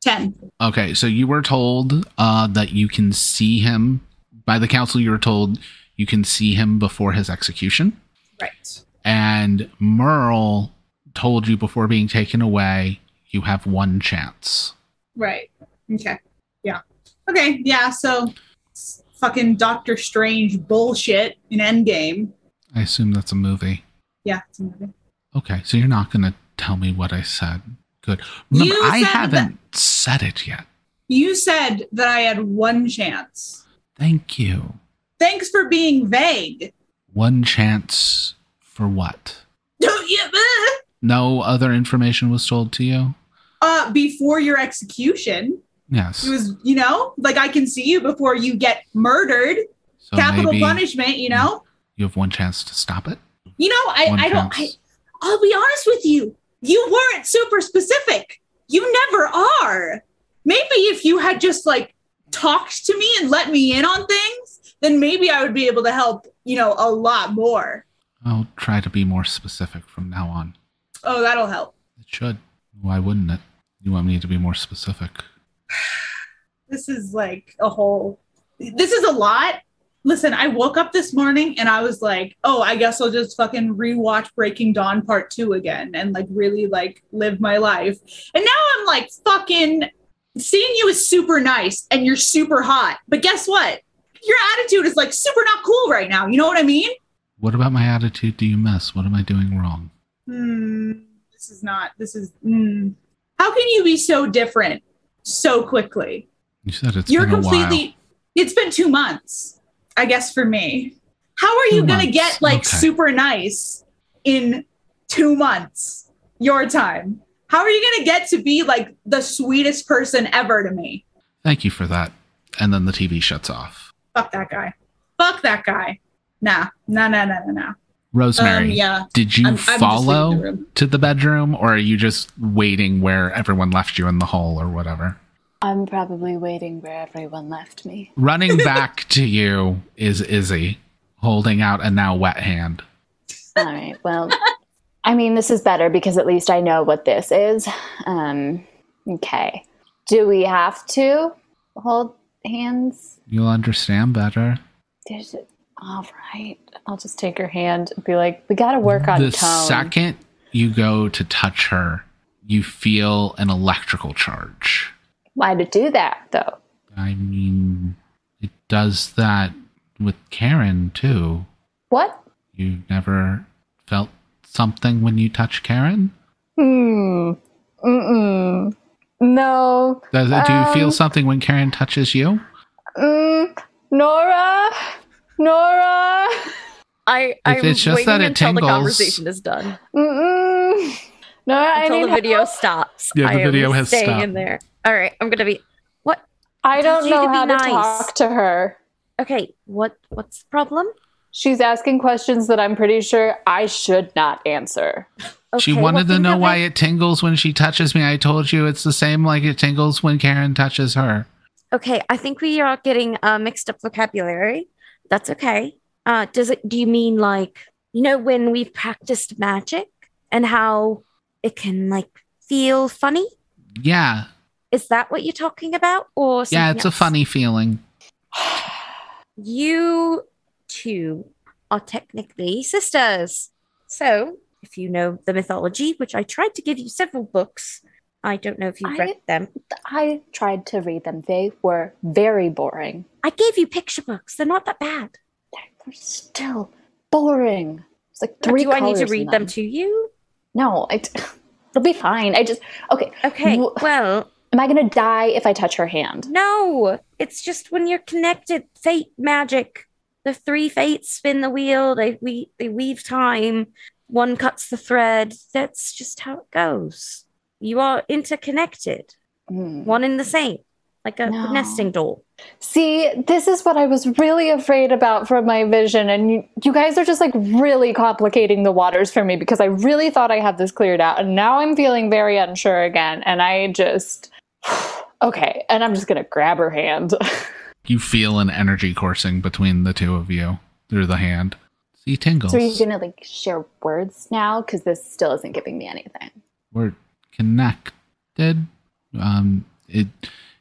[SPEAKER 4] Ten.
[SPEAKER 1] Okay, so you were told uh, that you can see him by the council. You were told you can see him before his execution.
[SPEAKER 4] Right.
[SPEAKER 1] and Merle told you before being taken away, you have one chance.
[SPEAKER 4] Right. Okay. Yeah. Okay. Yeah. So, fucking Doctor Strange bullshit in Endgame.
[SPEAKER 1] I assume that's a movie.
[SPEAKER 4] Yeah, it's a movie.
[SPEAKER 1] Okay, so you're not going to tell me what I said. Good. Remember,
[SPEAKER 4] You
[SPEAKER 1] I
[SPEAKER 4] said
[SPEAKER 1] haven't said it yet.
[SPEAKER 4] You said that I had one chance.
[SPEAKER 1] Thank you.
[SPEAKER 4] Thanks for being vague.
[SPEAKER 1] One chance for what?
[SPEAKER 4] Don't you?
[SPEAKER 1] No other information was told to you?
[SPEAKER 4] Uh, before your execution,
[SPEAKER 1] Yes.
[SPEAKER 4] it was you know like I can see you before you get murdered.
[SPEAKER 1] So
[SPEAKER 4] Capital
[SPEAKER 1] Oh, maybe
[SPEAKER 4] punishment, you know.
[SPEAKER 1] you have one chance to stop it?
[SPEAKER 4] You know, I,
[SPEAKER 1] One
[SPEAKER 4] I don't. I,
[SPEAKER 1] chance.
[SPEAKER 4] I'll be honest with you. You weren't super specific. You never are. Maybe if you had just like talked to me and let me in on things, then maybe I would be able to help, you know, a lot more.
[SPEAKER 1] I'll try to be more specific from now on.
[SPEAKER 4] Oh, that'll help.
[SPEAKER 1] It should. Why wouldn't it? You want me to be more specific?
[SPEAKER 4] This is like a whole, this is a lot. Listen, I woke up this morning and I was like, oh, I guess I'll just fucking rewatch Breaking Dawn Part 2 again and like really like live my life. And now I'm like fucking seeing you is super nice and you're super hot. But guess what? Your attitude is like super not cool right now. You know what I mean?
[SPEAKER 1] What about my attitude do you miss? What am I doing wrong?
[SPEAKER 4] Hmm, this is not, this is, hmm. How can you be so different so quickly?
[SPEAKER 1] You said it's
[SPEAKER 4] you're
[SPEAKER 1] been a while.
[SPEAKER 4] completely it's been two months i guess for me how are you
[SPEAKER 1] Two
[SPEAKER 4] gonna
[SPEAKER 1] months,
[SPEAKER 4] get like
[SPEAKER 1] okay.
[SPEAKER 4] super nice in two months your time how are you gonna get to be like the sweetest person ever to me
[SPEAKER 1] Thank you for that. And then the TV shuts off.
[SPEAKER 4] fuck that guy fuck that guy nah nah nah nah nah nah
[SPEAKER 1] Rosemary,
[SPEAKER 4] um yeah
[SPEAKER 1] did you
[SPEAKER 4] I'm- I'm just leaving
[SPEAKER 1] follow
[SPEAKER 4] the room.
[SPEAKER 1] to the bedroom or are you just waiting where everyone left you in the hall or whatever?
[SPEAKER 5] I'm probably waiting where everyone left me.
[SPEAKER 1] Running back to you is Izzy, holding out a now wet hand.
[SPEAKER 5] All right. Well, I mean, this is better because at least I know what this is. Um, okay. Do we have to hold hands?
[SPEAKER 1] You'll understand better.
[SPEAKER 5] There's, all right. I'll just take her hand and be like, we got to work on
[SPEAKER 1] the
[SPEAKER 5] tone.
[SPEAKER 1] second you go to touch her, you feel an electrical charge.
[SPEAKER 5] Why to do that though?
[SPEAKER 1] I mean, it does that with Karen too.
[SPEAKER 5] What?
[SPEAKER 1] You never felt something when you touch Karen?
[SPEAKER 5] Hmm. Mm-mm. No.
[SPEAKER 1] Does, do you feel
[SPEAKER 5] Um,
[SPEAKER 1] something when Karen touches you?
[SPEAKER 5] Mm. Nora. Nora.
[SPEAKER 3] I, I'm
[SPEAKER 1] it's just
[SPEAKER 3] waiting
[SPEAKER 1] that it
[SPEAKER 3] until
[SPEAKER 1] tingles.
[SPEAKER 3] the conversation is done.
[SPEAKER 5] Mm-mm. Nora, I
[SPEAKER 3] until
[SPEAKER 5] need
[SPEAKER 3] the video stops.
[SPEAKER 1] Yeah, the
[SPEAKER 3] I am
[SPEAKER 1] video has
[SPEAKER 3] staying
[SPEAKER 1] stopped.
[SPEAKER 3] in there. All right, I'm gonna be
[SPEAKER 5] I
[SPEAKER 3] Tells
[SPEAKER 5] don't
[SPEAKER 3] you to
[SPEAKER 5] know
[SPEAKER 3] be
[SPEAKER 5] how
[SPEAKER 3] nice.
[SPEAKER 5] to talk to her.
[SPEAKER 3] okay. What what's the problem?
[SPEAKER 5] She's asking questions that I'm pretty sure I should not answer.
[SPEAKER 3] Okay,
[SPEAKER 1] she wanted
[SPEAKER 3] well,
[SPEAKER 1] to know
[SPEAKER 3] think
[SPEAKER 1] why
[SPEAKER 3] of
[SPEAKER 1] it tingles when she touches me. I told you it's the same like it tingles when Karen touches her.
[SPEAKER 3] Okay, I think we are getting uh, mixed up vocabulary. That's okay. Uh, does it? Do you mean like you know when we've practiced magic and how it can like feel funny?
[SPEAKER 1] Yeah.
[SPEAKER 3] Is that what you're talking about? Or
[SPEAKER 1] Yeah,
[SPEAKER 3] something
[SPEAKER 1] it's a
[SPEAKER 3] else?
[SPEAKER 1] funny feeling.
[SPEAKER 3] You two are technically sisters. So, if you know the mythology, which I tried to give you several books, I don't know if you've
[SPEAKER 5] I-
[SPEAKER 3] read them.
[SPEAKER 5] I tried to read them. They were very boring.
[SPEAKER 3] I gave you picture books. They're not that bad.
[SPEAKER 5] They're still boring. It's like three.
[SPEAKER 3] Do I need to
[SPEAKER 5] colors in
[SPEAKER 3] read them. to you?
[SPEAKER 5] No, it, it'll be fine. I just okay.
[SPEAKER 3] Okay.
[SPEAKER 5] Wh-
[SPEAKER 3] well,
[SPEAKER 5] Am I gonna die if I touch her hand?
[SPEAKER 3] no. It's just when you're connected, fate magic. The three fates spin the wheel. They we they weave time. One cuts the thread. That's just how it goes. You are interconnected.
[SPEAKER 5] Hmm.
[SPEAKER 3] one in the same, like a
[SPEAKER 5] No.
[SPEAKER 3] nesting doll.
[SPEAKER 5] See, this is what I was really afraid about from my vision, and you, you guys are just like really complicating the waters for me because I really thought I had this cleared out, and now I'm feeling very unsure again, and I just. Okay, and I'm just gonna grab her hand.
[SPEAKER 1] You feel an energy coursing between the two of you through the hand. See tingles.
[SPEAKER 5] so are you gonna like share words now? Because this still isn't giving me anything.
[SPEAKER 1] We're connected. Um, it,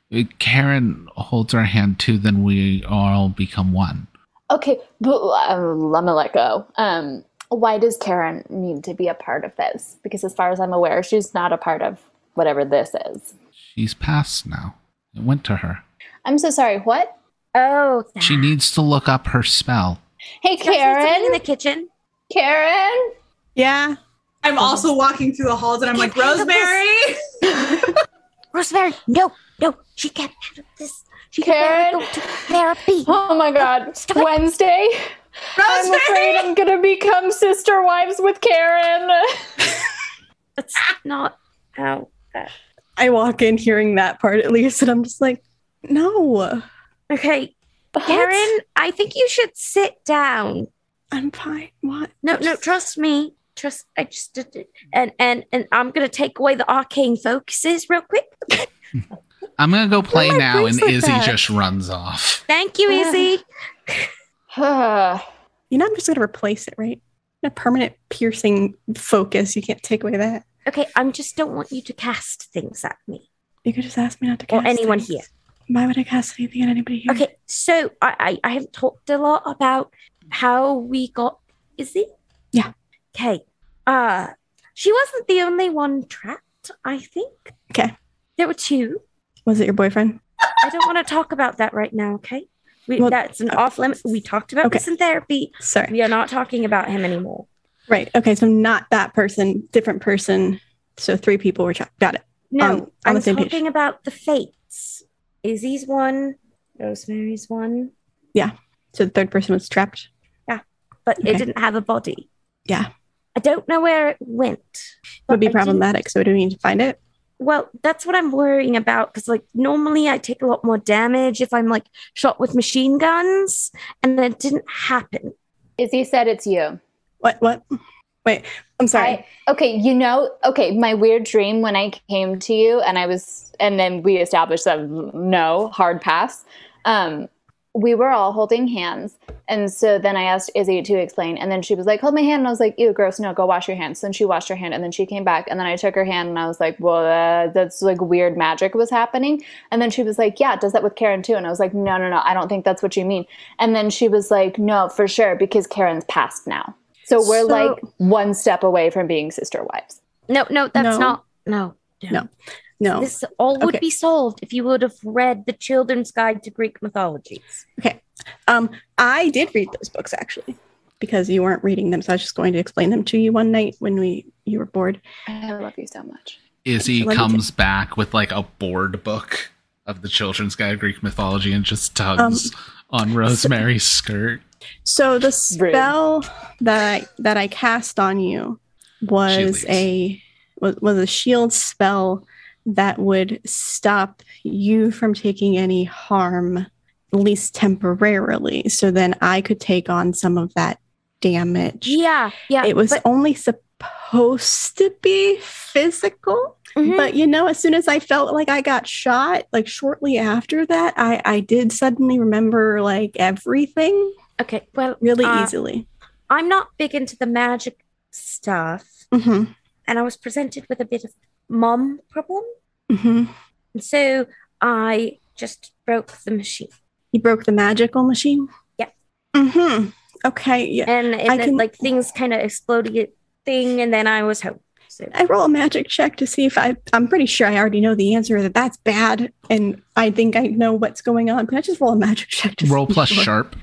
[SPEAKER 1] it. Karen holds our hand too. Then we all become one.
[SPEAKER 5] Okay, but uh, let me let go. Um, why does Karen need to be a part of this? Because as far as I'm aware, she's not a part of whatever this is.
[SPEAKER 1] She's passed now. It went to her.
[SPEAKER 5] I'm so sorry. What?
[SPEAKER 3] Oh,
[SPEAKER 1] She needs to look up her spell.
[SPEAKER 5] Hey,
[SPEAKER 3] Can I say something in
[SPEAKER 5] Karen.
[SPEAKER 3] the kitchen.
[SPEAKER 5] Karen.
[SPEAKER 6] Yeah.
[SPEAKER 4] I'm also walking through the halls and I'm like,
[SPEAKER 3] Can't handle this.
[SPEAKER 4] Rosemary.
[SPEAKER 3] Rosemary, no, no, she can't handle this. She can barely
[SPEAKER 5] Karen?
[SPEAKER 3] go to therapy.
[SPEAKER 5] Oh my God.
[SPEAKER 3] Stop it.
[SPEAKER 5] Wednesday. I'm afraid
[SPEAKER 4] Rosemary.
[SPEAKER 5] I'm gonna become sister wives with Karen.
[SPEAKER 3] That's not how.
[SPEAKER 6] I walk in hearing that part at least, and I'm just like, no,
[SPEAKER 3] Okay, Karen, I think you should sit down.
[SPEAKER 6] I'm fine. What?
[SPEAKER 3] No, no, trust me. Trust. I just did it. And and and I'm gonna take away the arcane focuses real quick.
[SPEAKER 1] I'm gonna go play
[SPEAKER 6] my
[SPEAKER 1] now, and
[SPEAKER 6] bracelet
[SPEAKER 1] Izzy
[SPEAKER 6] back.
[SPEAKER 1] just runs off.
[SPEAKER 3] Thank you,
[SPEAKER 5] Yeah.
[SPEAKER 3] Izzy.
[SPEAKER 6] You know, I'm just gonna replace it, right? A permanent piercing focus. You can't take away that.
[SPEAKER 3] Okay, I'm just don't want you to cast things at me
[SPEAKER 6] You could just ask me not to
[SPEAKER 3] or
[SPEAKER 6] cast.
[SPEAKER 3] anyone
[SPEAKER 6] things.
[SPEAKER 3] here.
[SPEAKER 6] Why would I cast anything at anybody here?
[SPEAKER 3] Okay, so I, I I have talked a lot about how we got Izzy.
[SPEAKER 6] Yeah.
[SPEAKER 3] Okay. Uh she wasn't the only one trapped, I think.
[SPEAKER 6] Okay.
[SPEAKER 3] There were two.
[SPEAKER 6] Was it your boyfriend?
[SPEAKER 3] I don't want to talk about that right now, okay? We,
[SPEAKER 6] Well,
[SPEAKER 3] that's an
[SPEAKER 6] okay.
[SPEAKER 3] off limit. We talked about
[SPEAKER 6] Okay.
[SPEAKER 3] this in therapy.
[SPEAKER 6] Sorry.
[SPEAKER 3] We are not talking about him anymore.
[SPEAKER 6] Right. Okay. So not that person, different person. So three people were trapped. Got it.
[SPEAKER 3] No,
[SPEAKER 6] On- on the
[SPEAKER 3] I'm
[SPEAKER 6] same page.
[SPEAKER 3] talking about the fates. Izzy's one, Rosemary's one,
[SPEAKER 6] So the third person was trapped.
[SPEAKER 3] but it
[SPEAKER 6] Okay.
[SPEAKER 3] didn't have a body.
[SPEAKER 6] Yeah.
[SPEAKER 3] I don't know where it went.
[SPEAKER 6] Would be
[SPEAKER 3] but I didn't-
[SPEAKER 6] problematic. So do we need to find it?
[SPEAKER 3] Well, that's what I'm worrying about because, like, normally I take a lot more damage if I'm like shot with machine guns, and it didn't happen.
[SPEAKER 5] Izzy said it's you.
[SPEAKER 6] What? What? Wait. I'm sorry.
[SPEAKER 5] I, okay, you know, okay, my weird dream when I came to you and I was, and then we established that no, hard pass. Um, we were all holding hands. And so then I asked Izzy to explain. And then she was like, hold my hand. And I was like, ew, gross. No, go wash your hands. Then she washed her hand. And then she came back. And then I took her hand and I was like, well, uh, that's like weird magic was happening. And then she was like, yeah, it does that with Karen too. And I was like, no, no, no, I don't think that's what you mean. And then she was like, no, for sure, because Karen's passed now. So we're
[SPEAKER 6] So-
[SPEAKER 5] like one step away from being sister wives.
[SPEAKER 3] No, no, that's
[SPEAKER 6] No.
[SPEAKER 3] not. No,
[SPEAKER 6] no.
[SPEAKER 3] this all would
[SPEAKER 6] Okay.
[SPEAKER 3] be solved if you would have read the Children's Guide to Greek Mythologies.
[SPEAKER 6] Um, I did read those books actually because you weren't reading them, so I was just going to explain them to you one night when we you were bored.
[SPEAKER 5] I love you so much.
[SPEAKER 1] Izzy
[SPEAKER 6] Let me
[SPEAKER 1] comes back with like a board book of the Children's Guide of Greek Mythology and just tugs on Rosemary's skirt.
[SPEAKER 6] So the spell that I that I cast on you was
[SPEAKER 1] leaves.
[SPEAKER 6] a was, was a shield spell that would stop you from taking any harm, at least temporarily. So then I could take on some of that damage.
[SPEAKER 3] Yeah, yeah.
[SPEAKER 6] It was
[SPEAKER 3] but-
[SPEAKER 6] only supposed to be physical.
[SPEAKER 3] mhm.
[SPEAKER 6] But you know, as soon as I felt like I got shot, like shortly after that, I I did suddenly remember like everything
[SPEAKER 3] okay. Well,
[SPEAKER 6] really
[SPEAKER 3] Uh,
[SPEAKER 6] easily.
[SPEAKER 3] I'm not big into the magic stuff,
[SPEAKER 6] hmm
[SPEAKER 3] and I was presented with a bit of mom problem,
[SPEAKER 6] hmm
[SPEAKER 3] and so I just broke the machine.
[SPEAKER 6] You broke the magical machine.
[SPEAKER 3] Yeah.
[SPEAKER 6] hmm Okay. Yeah.
[SPEAKER 3] and, and
[SPEAKER 6] I
[SPEAKER 3] then
[SPEAKER 6] can-
[SPEAKER 3] like things kind of exploded thing and then i was home so
[SPEAKER 6] I roll a magic check to see if I. I'm pretty sure I already know the answer that that's bad, and I think I know what's going on. Can I just roll a magic check to
[SPEAKER 1] Roll
[SPEAKER 6] see
[SPEAKER 1] plus
[SPEAKER 6] what-
[SPEAKER 1] sharp.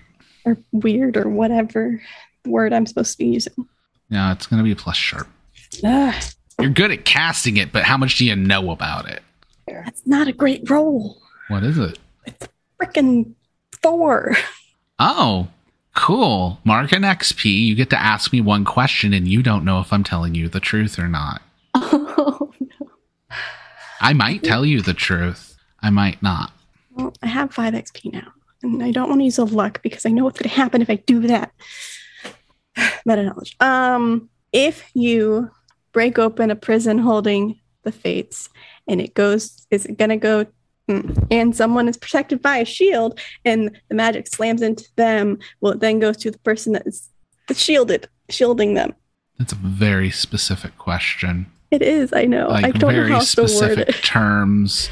[SPEAKER 6] or weird or whatever word I'm supposed to be using?
[SPEAKER 1] No, it's gonna be plus sharp.
[SPEAKER 6] Ugh,
[SPEAKER 1] You're good at casting it, but how much do you know about it?
[SPEAKER 6] that's not a great roll.
[SPEAKER 1] What is it?
[SPEAKER 6] Frickin' four.
[SPEAKER 1] Oh, cool. Mark an XP. You get to ask me one question, and you don't know if I'm telling you the truth or not. I might tell you the truth. I might not.
[SPEAKER 6] Well, I have five XP now, and I don't want to use the luck because I know what's going to happen if I do that. Meta knowledge. Um, if you break open a prison holding the fates, and it goes, is it going to go? mm, And someone is protected by a shield, and the magic slams into them. Well, it then goes to the person that is that's shielded, shielding them.
[SPEAKER 1] That's a very specific question.
[SPEAKER 6] It is, I know.
[SPEAKER 1] like
[SPEAKER 6] I don't know
[SPEAKER 1] very
[SPEAKER 6] how else to word
[SPEAKER 1] specific
[SPEAKER 6] it.
[SPEAKER 1] terms.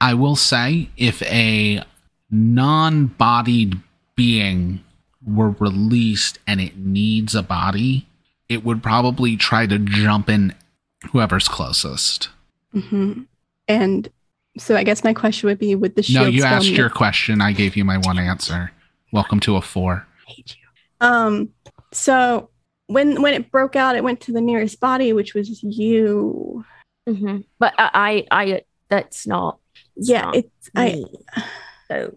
[SPEAKER 1] I will say if a non bodied being were released and it needs a body, it would probably try to jump in whoever's closest.
[SPEAKER 6] hmm Mm-hmm. And So I guess my question would be: Would the shield?
[SPEAKER 1] No, you
[SPEAKER 6] spell
[SPEAKER 1] asked
[SPEAKER 6] make-
[SPEAKER 1] your question. I gave you my one answer. Welcome to a four.
[SPEAKER 6] hate you. Um. So when when it broke out, it went to the nearest body, which was you.
[SPEAKER 3] hmm But I, I, I, that's not
[SPEAKER 6] Yeah.
[SPEAKER 3] Oh.
[SPEAKER 6] It. I.
[SPEAKER 3] me. So,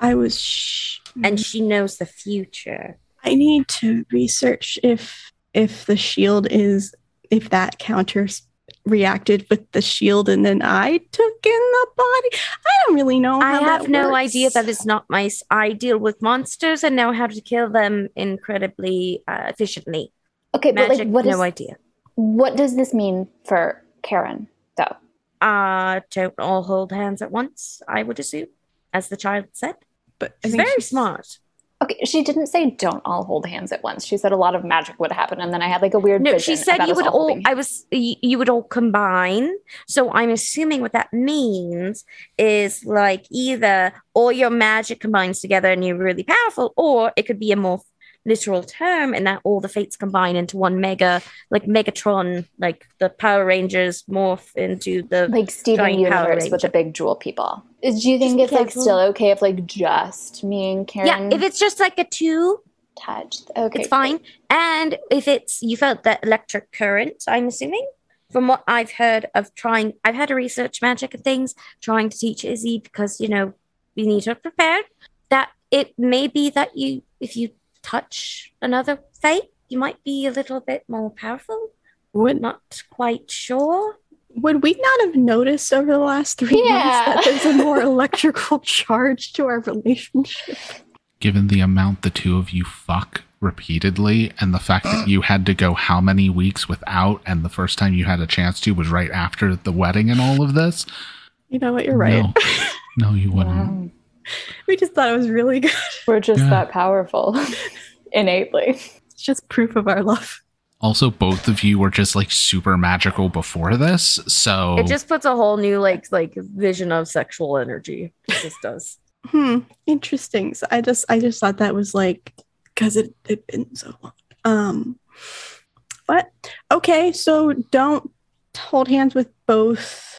[SPEAKER 6] I was. Sh-
[SPEAKER 3] and she knows the future.
[SPEAKER 6] I need to research if if the shield is if that counter s- reacted with the shield and then I took in the body. I don't really know.
[SPEAKER 3] I
[SPEAKER 6] Oh, how
[SPEAKER 3] have
[SPEAKER 6] that
[SPEAKER 3] no
[SPEAKER 6] works.
[SPEAKER 3] idea that it's not my. s- I deal with monsters and know how to kill them incredibly uh, efficiently.
[SPEAKER 5] Okay,
[SPEAKER 3] Magic,
[SPEAKER 5] but like, what
[SPEAKER 3] no
[SPEAKER 5] is-
[SPEAKER 3] idea.
[SPEAKER 5] what does this mean for Karen though?
[SPEAKER 3] Uh, don't all hold hands at once, I would assume, as the child said.
[SPEAKER 6] But I
[SPEAKER 3] She's
[SPEAKER 6] think
[SPEAKER 3] very
[SPEAKER 6] she's-
[SPEAKER 3] smart.
[SPEAKER 5] Okay, she didn't say don't all hold hands at once. She said a lot of magic would happen, and then I had like a weird.
[SPEAKER 3] No, she
[SPEAKER 5] vision
[SPEAKER 3] said
[SPEAKER 5] about
[SPEAKER 3] you
[SPEAKER 5] us
[SPEAKER 3] would
[SPEAKER 5] all
[SPEAKER 3] all.
[SPEAKER 5] holding
[SPEAKER 3] I was. You, you would all combine. So I'm assuming what that means is like either all your magic combines together and you're really powerful, or it could be a more literal term in that all the fates combine into one mega, like Megatron, like the Power Rangers morph into the.
[SPEAKER 5] like Steven
[SPEAKER 3] Giant Power
[SPEAKER 5] Universe with
[SPEAKER 3] Ranger.
[SPEAKER 5] the big jewel people. Is- Do you think
[SPEAKER 3] be
[SPEAKER 5] it's like
[SPEAKER 3] careful.
[SPEAKER 5] still okay if like just me and
[SPEAKER 3] yeah,
[SPEAKER 5] Karen
[SPEAKER 3] if it's just like a two,
[SPEAKER 5] touched? Okay,
[SPEAKER 3] it's fine. And if it's you felt that electric current, I'm assuming. From what I've heard of trying, I've had to research magic and things, trying to teach Izzy because you know we need her prepared. That it may be that you, if you touch another fate, you might be a little bit more powerful.
[SPEAKER 6] Would
[SPEAKER 3] Not quite sure.
[SPEAKER 6] would we not have noticed over the last three
[SPEAKER 5] Yeah.
[SPEAKER 6] months that there's a more electrical charge to our relationship?
[SPEAKER 1] Given the amount the two of you fuck repeatedly, and the fact that you had to go how many weeks without, and the first time you had a chance to was right after the wedding and all of this.
[SPEAKER 6] You know what? You're right.
[SPEAKER 1] No, no you wouldn't.
[SPEAKER 5] Wow.
[SPEAKER 6] We just thought it was really good.
[SPEAKER 5] We're just
[SPEAKER 1] Yeah.
[SPEAKER 5] that powerful innately.
[SPEAKER 6] It's just proof of our love.
[SPEAKER 1] Also, both of you were just like super magical before this, so
[SPEAKER 7] It just puts a whole new like like vision of sexual energy. It just does.
[SPEAKER 6] Hmm. Interesting. So I just I just thought that was like because it it been so long. Um. But okay, so don't hold hands with both.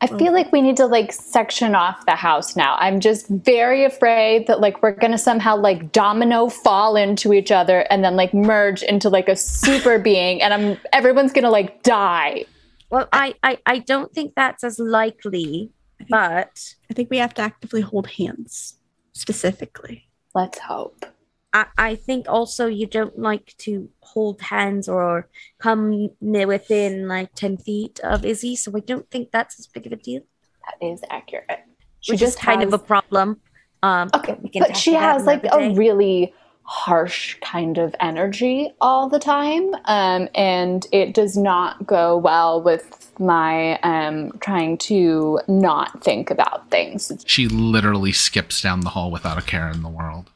[SPEAKER 5] I
[SPEAKER 3] Mm.
[SPEAKER 5] feel like we need to like section off the house now. I'm just very afraid that like we're gonna somehow like domino fall into each other and then like merge into like a super being, and I'm everyone's gonna like die.
[SPEAKER 3] Well, I, I, I don't think that's as likely, but
[SPEAKER 6] I think we have to actively hold hands specifically.
[SPEAKER 5] Let's hope.
[SPEAKER 3] I, I think also you don't like to hold hands or come near within like 10 feet of Izzy. So I don't think that's as big of a deal,
[SPEAKER 5] That is accurate. She
[SPEAKER 3] which is kind
[SPEAKER 5] has-
[SPEAKER 3] of a problem. Um,
[SPEAKER 5] Okay,
[SPEAKER 3] we can
[SPEAKER 5] but
[SPEAKER 3] tackle
[SPEAKER 5] she
[SPEAKER 3] that
[SPEAKER 5] has like
[SPEAKER 3] another
[SPEAKER 5] a
[SPEAKER 3] day.
[SPEAKER 5] really harsh kind of energy all the time, um, and it does not go well with my um, trying to not think about things. It's
[SPEAKER 1] she literally skips down the hall without a care in the world.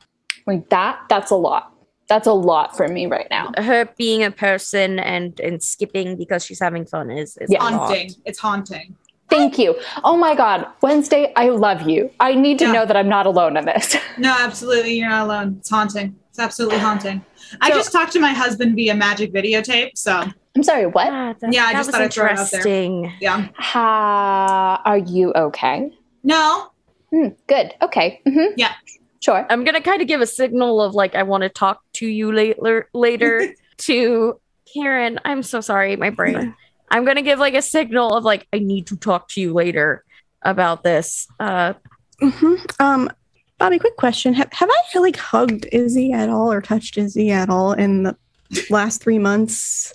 [SPEAKER 5] Like that, that's a lot. That's a lot for me right now.
[SPEAKER 3] her being a person and and skipping because she's having fun is, is a
[SPEAKER 5] Yeah.
[SPEAKER 3] lot.
[SPEAKER 4] Haunting. It's haunting.
[SPEAKER 5] Thank you. Oh my God, Wednesday, I love you. I need to
[SPEAKER 4] Yeah.
[SPEAKER 5] know that I'm not alone in this.
[SPEAKER 4] No, absolutely. You're not alone. It's haunting. It's absolutely haunting. I just talked to my husband via magic videotape. So,
[SPEAKER 5] I'm sorry. What?
[SPEAKER 3] Ah, that,
[SPEAKER 4] Yeah,
[SPEAKER 3] that
[SPEAKER 4] I just
[SPEAKER 3] was
[SPEAKER 4] thought I'd throw it out there.
[SPEAKER 3] interesting.
[SPEAKER 4] yeah.
[SPEAKER 5] Ha, are you okay?
[SPEAKER 4] No,
[SPEAKER 5] Hmm, good. Okay. hmm
[SPEAKER 4] Yeah.
[SPEAKER 5] Sure.
[SPEAKER 7] I'm gonna kind of give a signal of like I want to talk to you later later to Karen. I'm so sorry, my brain. I'm gonna give like a signal of like I need to talk to you later about this. Uh,
[SPEAKER 6] hmm Um, Bobby, quick question: Have have I like hugged Izzy at all or touched Izzy at all in the last three months?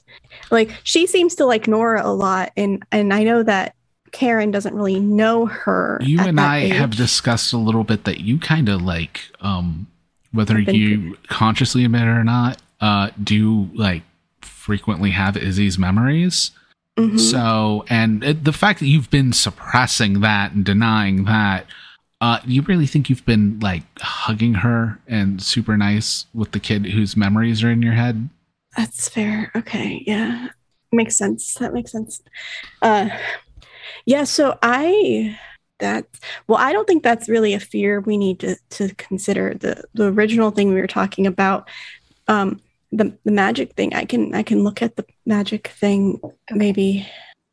[SPEAKER 6] Like she seems to like Nora a lot, and and I know that Karen doesn't really know her.
[SPEAKER 1] You
[SPEAKER 6] at
[SPEAKER 1] and
[SPEAKER 6] that
[SPEAKER 1] I have
[SPEAKER 6] age.
[SPEAKER 1] discussed a little bit that you kind of like, um, whether
[SPEAKER 6] I've been
[SPEAKER 1] you consciously admit it or not, uh, do like frequently have Izzy's memories. Mm-hmm.
[SPEAKER 6] Mhm.
[SPEAKER 1] So, and it, the fact that you've been suppressing that and denying that, uh, you really think you've been like hugging her and super nice with the kid whose memories are in your head?
[SPEAKER 6] That's fair. Okay. Yeah. Makes sense. That makes sense. Uh yeah, so I that well, I don't think that's really a fear we need to to consider. The the original thing we were talking about, um, the the magic thing. I can I can look at the magic thing maybe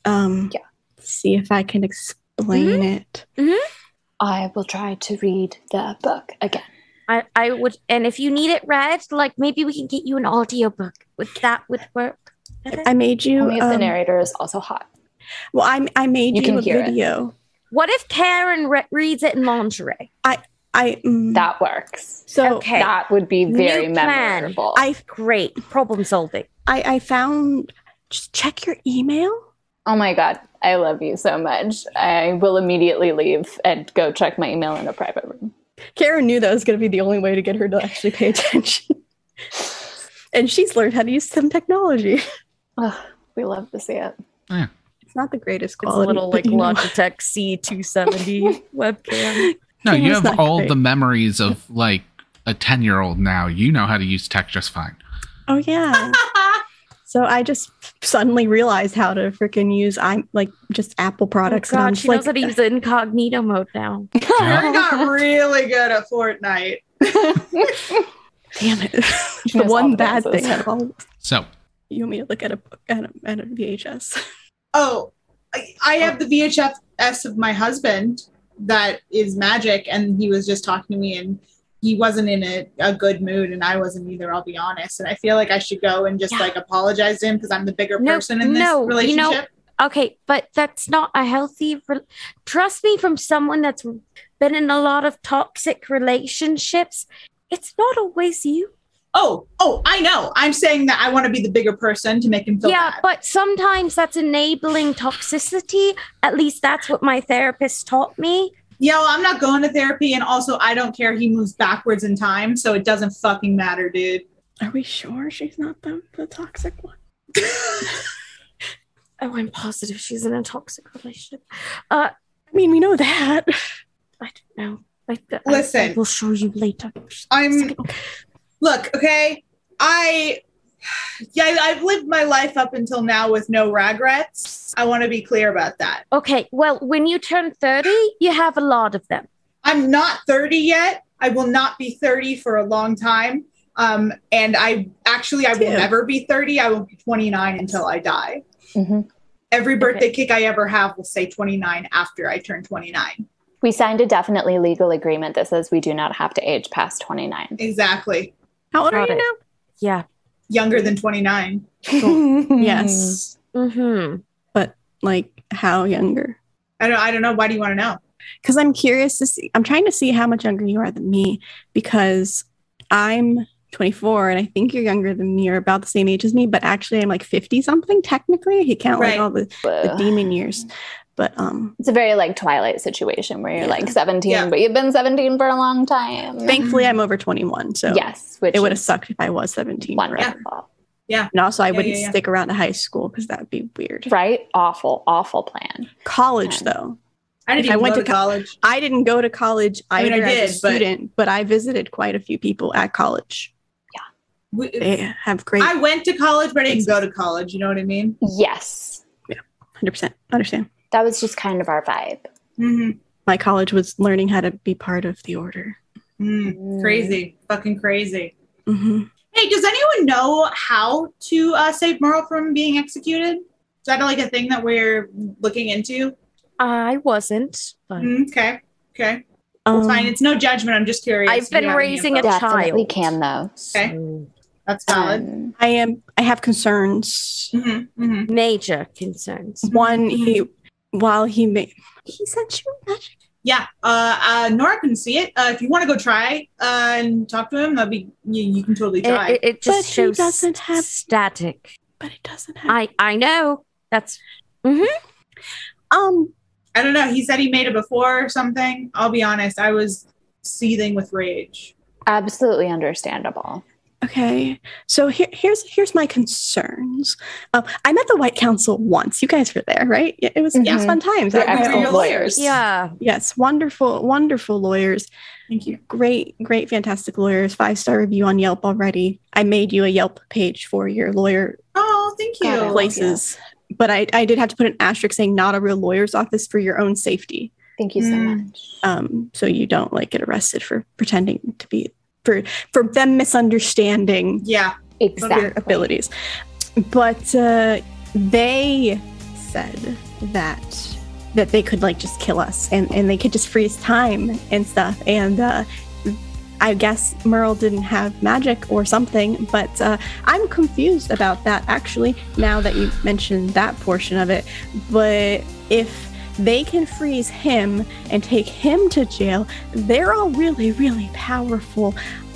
[SPEAKER 6] um
[SPEAKER 5] Yeah. Mm-hmm.
[SPEAKER 6] see if I can ex- explain it.
[SPEAKER 5] I will try to read the book again.
[SPEAKER 3] I, I would, and if you need it read, like maybe we can get you an audiobook. Would that would work?
[SPEAKER 6] I made you.
[SPEAKER 5] Only if the
[SPEAKER 6] um,
[SPEAKER 5] narrator is also hot.
[SPEAKER 6] well, I, I made
[SPEAKER 5] You
[SPEAKER 6] you,
[SPEAKER 5] can
[SPEAKER 6] a
[SPEAKER 5] hear it.
[SPEAKER 6] video.
[SPEAKER 3] What if Karen re- reads it in lingerie?
[SPEAKER 6] I mm,
[SPEAKER 5] That works.
[SPEAKER 6] so
[SPEAKER 3] okay.
[SPEAKER 5] That would be very
[SPEAKER 3] New plan.
[SPEAKER 5] memorable.
[SPEAKER 6] I
[SPEAKER 3] Great, problem solving.
[SPEAKER 6] I I found. Just check your email.
[SPEAKER 5] oh my god, I love you so much. I will immediately leave and go check my email in a private room.
[SPEAKER 6] Karen knew that was going to be the only way to get her to actually pay attention. and she's learned how to use some technology.
[SPEAKER 5] Ugh, we love to see it.
[SPEAKER 6] It's not the greatest
[SPEAKER 7] It's a
[SPEAKER 6] quality.
[SPEAKER 7] little like
[SPEAKER 6] but you know.
[SPEAKER 7] Logitech C270 webcam.
[SPEAKER 1] No, you
[SPEAKER 6] It's
[SPEAKER 1] have
[SPEAKER 6] not
[SPEAKER 1] all
[SPEAKER 6] great.
[SPEAKER 1] the memories of like a 10 year old now. You know how to use tech just fine.
[SPEAKER 6] Oh yeah. So I just suddenly realized how to freaking use I'm like just Apple
[SPEAKER 3] Oh
[SPEAKER 6] products. and I'm
[SPEAKER 3] God,
[SPEAKER 6] just
[SPEAKER 3] she knows how
[SPEAKER 6] like,
[SPEAKER 3] to use it incognito mode now.
[SPEAKER 1] Yeah.
[SPEAKER 4] I got really good at Fortnite.
[SPEAKER 6] damn it.
[SPEAKER 5] She
[SPEAKER 6] the
[SPEAKER 5] knows all
[SPEAKER 6] one
[SPEAKER 5] the
[SPEAKER 6] bad
[SPEAKER 5] dances.
[SPEAKER 6] thing. At all.
[SPEAKER 1] So,
[SPEAKER 6] You want me to look at a book at a, at a VHS?
[SPEAKER 4] Oh, I, I have the VHFs of my husband that is magic, and he was just talking to me, and he wasn't in a, a good mood, and I wasn't either. I'll be honest, and I feel like I should go and just
[SPEAKER 3] Yeah.
[SPEAKER 4] like apologize to him because I'm the bigger
[SPEAKER 3] No,
[SPEAKER 4] person in this
[SPEAKER 3] no, you
[SPEAKER 4] relationship.
[SPEAKER 3] know- Okay, but that's not a healthy. Re- Trust me, from someone that's been in a lot of toxic relationships, it's not always you.
[SPEAKER 4] oh, oh, I know. I'm saying that I want to be the bigger person to make him feel
[SPEAKER 3] yeah,
[SPEAKER 4] bad.
[SPEAKER 3] but sometimes that's enabling toxicity. At least that's what my therapist taught me.
[SPEAKER 4] Yeah, well, I'm not going to therapy, and also I don't care. He moves backwards in time, so it doesn't fucking matter, dude.
[SPEAKER 6] Are we sure she's not the, the toxic one?
[SPEAKER 3] Oh, I'm positive she's in a toxic relationship. Uh,
[SPEAKER 6] I mean, we know that.
[SPEAKER 3] I don't know. I, I- I
[SPEAKER 4] Listen.
[SPEAKER 3] will show you later.
[SPEAKER 4] I'm look okay i yeah I- i've lived my life up until now with no regrets i want to be clear about that
[SPEAKER 3] Okay, well, when you turn 30, you have a lot of them.
[SPEAKER 4] i'm not 30 yet i will not be 30 for a long time um and i actually i will
[SPEAKER 6] Dude.
[SPEAKER 4] never be 30 i will be 29 until i die
[SPEAKER 6] Mm-hmm.
[SPEAKER 5] Mhm.
[SPEAKER 4] every birthday kick i ever have will say 29 after i turn 29
[SPEAKER 5] We signed a definitely legal agreement that says we do not have to age past 29.
[SPEAKER 4] exactly
[SPEAKER 6] How old are
[SPEAKER 3] Got
[SPEAKER 6] you
[SPEAKER 3] it. Yeah.
[SPEAKER 4] younger than 29
[SPEAKER 6] now?
[SPEAKER 1] Hmm.
[SPEAKER 6] yes,
[SPEAKER 3] Mm-hmm.
[SPEAKER 6] but like how younger?
[SPEAKER 4] i don't i don't know why do you want to know
[SPEAKER 6] because I'm curious to see. I'm trying to see how much younger you are than me because I'm 24 and I think you're younger than me or about the same age as me, but actually I'm like 50 something technically. If You count
[SPEAKER 4] Right.
[SPEAKER 6] like all the, the
[SPEAKER 5] Ugh.
[SPEAKER 6] demon years, but um,
[SPEAKER 5] It's a very like Twilight situation where you're
[SPEAKER 6] Yeah.
[SPEAKER 5] like 17,
[SPEAKER 4] Yeah.
[SPEAKER 5] but you've been 17 for a long time.
[SPEAKER 6] thankfully I'm over 21, so
[SPEAKER 5] yes, which
[SPEAKER 6] it would have
[SPEAKER 5] is
[SPEAKER 6] sucked if I was 17. forever.
[SPEAKER 5] Wonderful.
[SPEAKER 6] And also, I
[SPEAKER 4] Yeah,
[SPEAKER 6] wouldn't
[SPEAKER 4] yeah, yeah.
[SPEAKER 6] stick around to high school because that would be weird.
[SPEAKER 5] Right? Awful, awful plan.
[SPEAKER 6] College,
[SPEAKER 5] Okay.
[SPEAKER 6] though,
[SPEAKER 4] i didn't
[SPEAKER 6] If I
[SPEAKER 4] even
[SPEAKER 6] went
[SPEAKER 4] go
[SPEAKER 6] to
[SPEAKER 4] to
[SPEAKER 6] co-
[SPEAKER 4] college
[SPEAKER 6] I didn't go to college
[SPEAKER 4] I mean, I
[SPEAKER 6] either
[SPEAKER 4] did,
[SPEAKER 6] as a
[SPEAKER 4] but-
[SPEAKER 6] student, but I visited quite a few people at college.
[SPEAKER 4] We-
[SPEAKER 6] They have great
[SPEAKER 4] I went to college, but I didn't go to college. You know what I mean?
[SPEAKER 5] Yes.
[SPEAKER 6] 100% understand.
[SPEAKER 5] That was just kind of our vibe.
[SPEAKER 4] Mm-hmm.
[SPEAKER 6] my college was learning how to be part of the order.
[SPEAKER 4] Mm-hmm.
[SPEAKER 6] Mm-hmm.
[SPEAKER 4] Crazy, fucking crazy.
[SPEAKER 6] Mhm.
[SPEAKER 4] Hey, does anyone know how to uh, save Merle from being executed? Is that like a thing that we're looking into?
[SPEAKER 3] I wasn't. But
[SPEAKER 4] Mm, okay, okay, That's
[SPEAKER 6] Um,
[SPEAKER 4] fine. It's no judgment. I'm just curious.
[SPEAKER 3] I've
[SPEAKER 4] if you
[SPEAKER 3] been
[SPEAKER 4] have any
[SPEAKER 3] raising
[SPEAKER 4] info.
[SPEAKER 3] a
[SPEAKER 5] Definitely
[SPEAKER 3] child.
[SPEAKER 5] can though.
[SPEAKER 4] Okay,
[SPEAKER 3] So,
[SPEAKER 4] that's valid.
[SPEAKER 5] Um,
[SPEAKER 6] I am. I have concerns.
[SPEAKER 4] Mm-hmm, mm-hmm.
[SPEAKER 3] major concerns.
[SPEAKER 6] One, he while he may he sent you a message.
[SPEAKER 4] Yeah, uh, uh, Nora can see it. Uh, if you want to go try uh, and talk to him, that'd be you, you can totally
[SPEAKER 3] It,
[SPEAKER 4] try.
[SPEAKER 3] it, it
[SPEAKER 6] But
[SPEAKER 3] just
[SPEAKER 6] he
[SPEAKER 3] shows
[SPEAKER 6] doesn't have-
[SPEAKER 3] static.
[SPEAKER 6] but it doesn't have.
[SPEAKER 3] I I know. That's
[SPEAKER 6] um,
[SPEAKER 4] I don't know. He said he made it before or something. I'll be honest. I was seething with rage.
[SPEAKER 5] absolutely understandable.
[SPEAKER 6] okay. So here, here's here's my concerns. Um, I met the White Council once. You guys were there, right? Yeah, It was it
[SPEAKER 3] Mm-hmm.
[SPEAKER 6] was
[SPEAKER 5] Mhm.
[SPEAKER 6] fun times.
[SPEAKER 5] They're
[SPEAKER 6] I- I-
[SPEAKER 4] your
[SPEAKER 5] excellent
[SPEAKER 4] lawyers.
[SPEAKER 5] lawyers.
[SPEAKER 3] yeah.
[SPEAKER 6] Yes, wonderful, wonderful lawyers.
[SPEAKER 4] Thank you.
[SPEAKER 6] Great, great, fantastic lawyers. Five star review on Yelp already. I made you a Yelp page for your lawyer
[SPEAKER 4] Oh, thank you.
[SPEAKER 5] Got it. Like-
[SPEAKER 6] places. But I, I did have to put an asterisk saying not a real lawyer's office for your own safety.
[SPEAKER 5] Thank you so
[SPEAKER 4] Mm.
[SPEAKER 5] much.
[SPEAKER 6] Um, so you don't like get arrested for pretending to be for for them misunderstanding
[SPEAKER 4] yeah.
[SPEAKER 5] Exactly.
[SPEAKER 6] your abilities. But uh, they said that that they could like just kill us and, and they could just freeze time and stuff. And uh, I guess Merle didn't have magic or something, but uh, I'm confused about that actually now that you mentioned that portion of it. But if they can freeze him and take him to jail, they're all really, really powerful.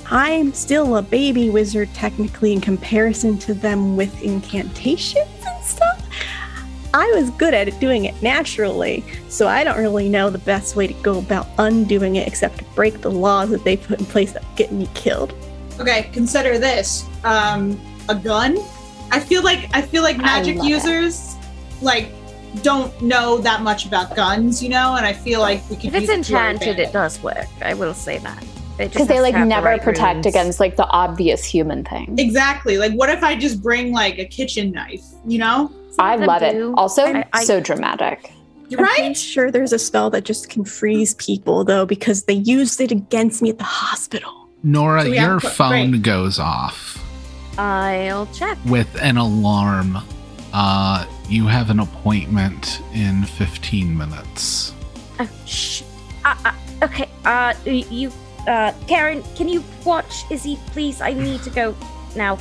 [SPEAKER 6] I'm still a baby wizard technically in comparison to them with incantations and stuff. I was good at doing it naturally, so I don't really know the best way to go about undoing it except to break the laws that they put in place that get me killed.
[SPEAKER 4] Okay, consider this. Um, a gun. I feel like I feel like magic
[SPEAKER 5] love it.
[SPEAKER 4] users like don't know that much about guns, you know, and I feel like we can.
[SPEAKER 3] If it's
[SPEAKER 4] use it to our
[SPEAKER 3] enchanted,
[SPEAKER 4] advantage.
[SPEAKER 3] it does work. I will say that.
[SPEAKER 5] because they like never protect against like the obvious human thing.
[SPEAKER 4] Exactly. Like, what if I just bring like a kitchen knife? You know,
[SPEAKER 5] I love it. Also,
[SPEAKER 3] I- I-
[SPEAKER 5] so dramatic.
[SPEAKER 6] I'm
[SPEAKER 4] right?
[SPEAKER 6] sure there's a spell that just can freeze people though because they used it against me at the hospital.
[SPEAKER 1] Nora,
[SPEAKER 4] So we have
[SPEAKER 1] your
[SPEAKER 4] a qu-
[SPEAKER 1] phone
[SPEAKER 4] right.
[SPEAKER 1] goes off
[SPEAKER 3] I'll check.
[SPEAKER 1] with an alarm. Uh, you have an appointment in 15 minutes.
[SPEAKER 3] Oh, shh. Uh, uh, okay. Uh, y- you, uh, Karen, can you watch Izzy, please? I need to go now.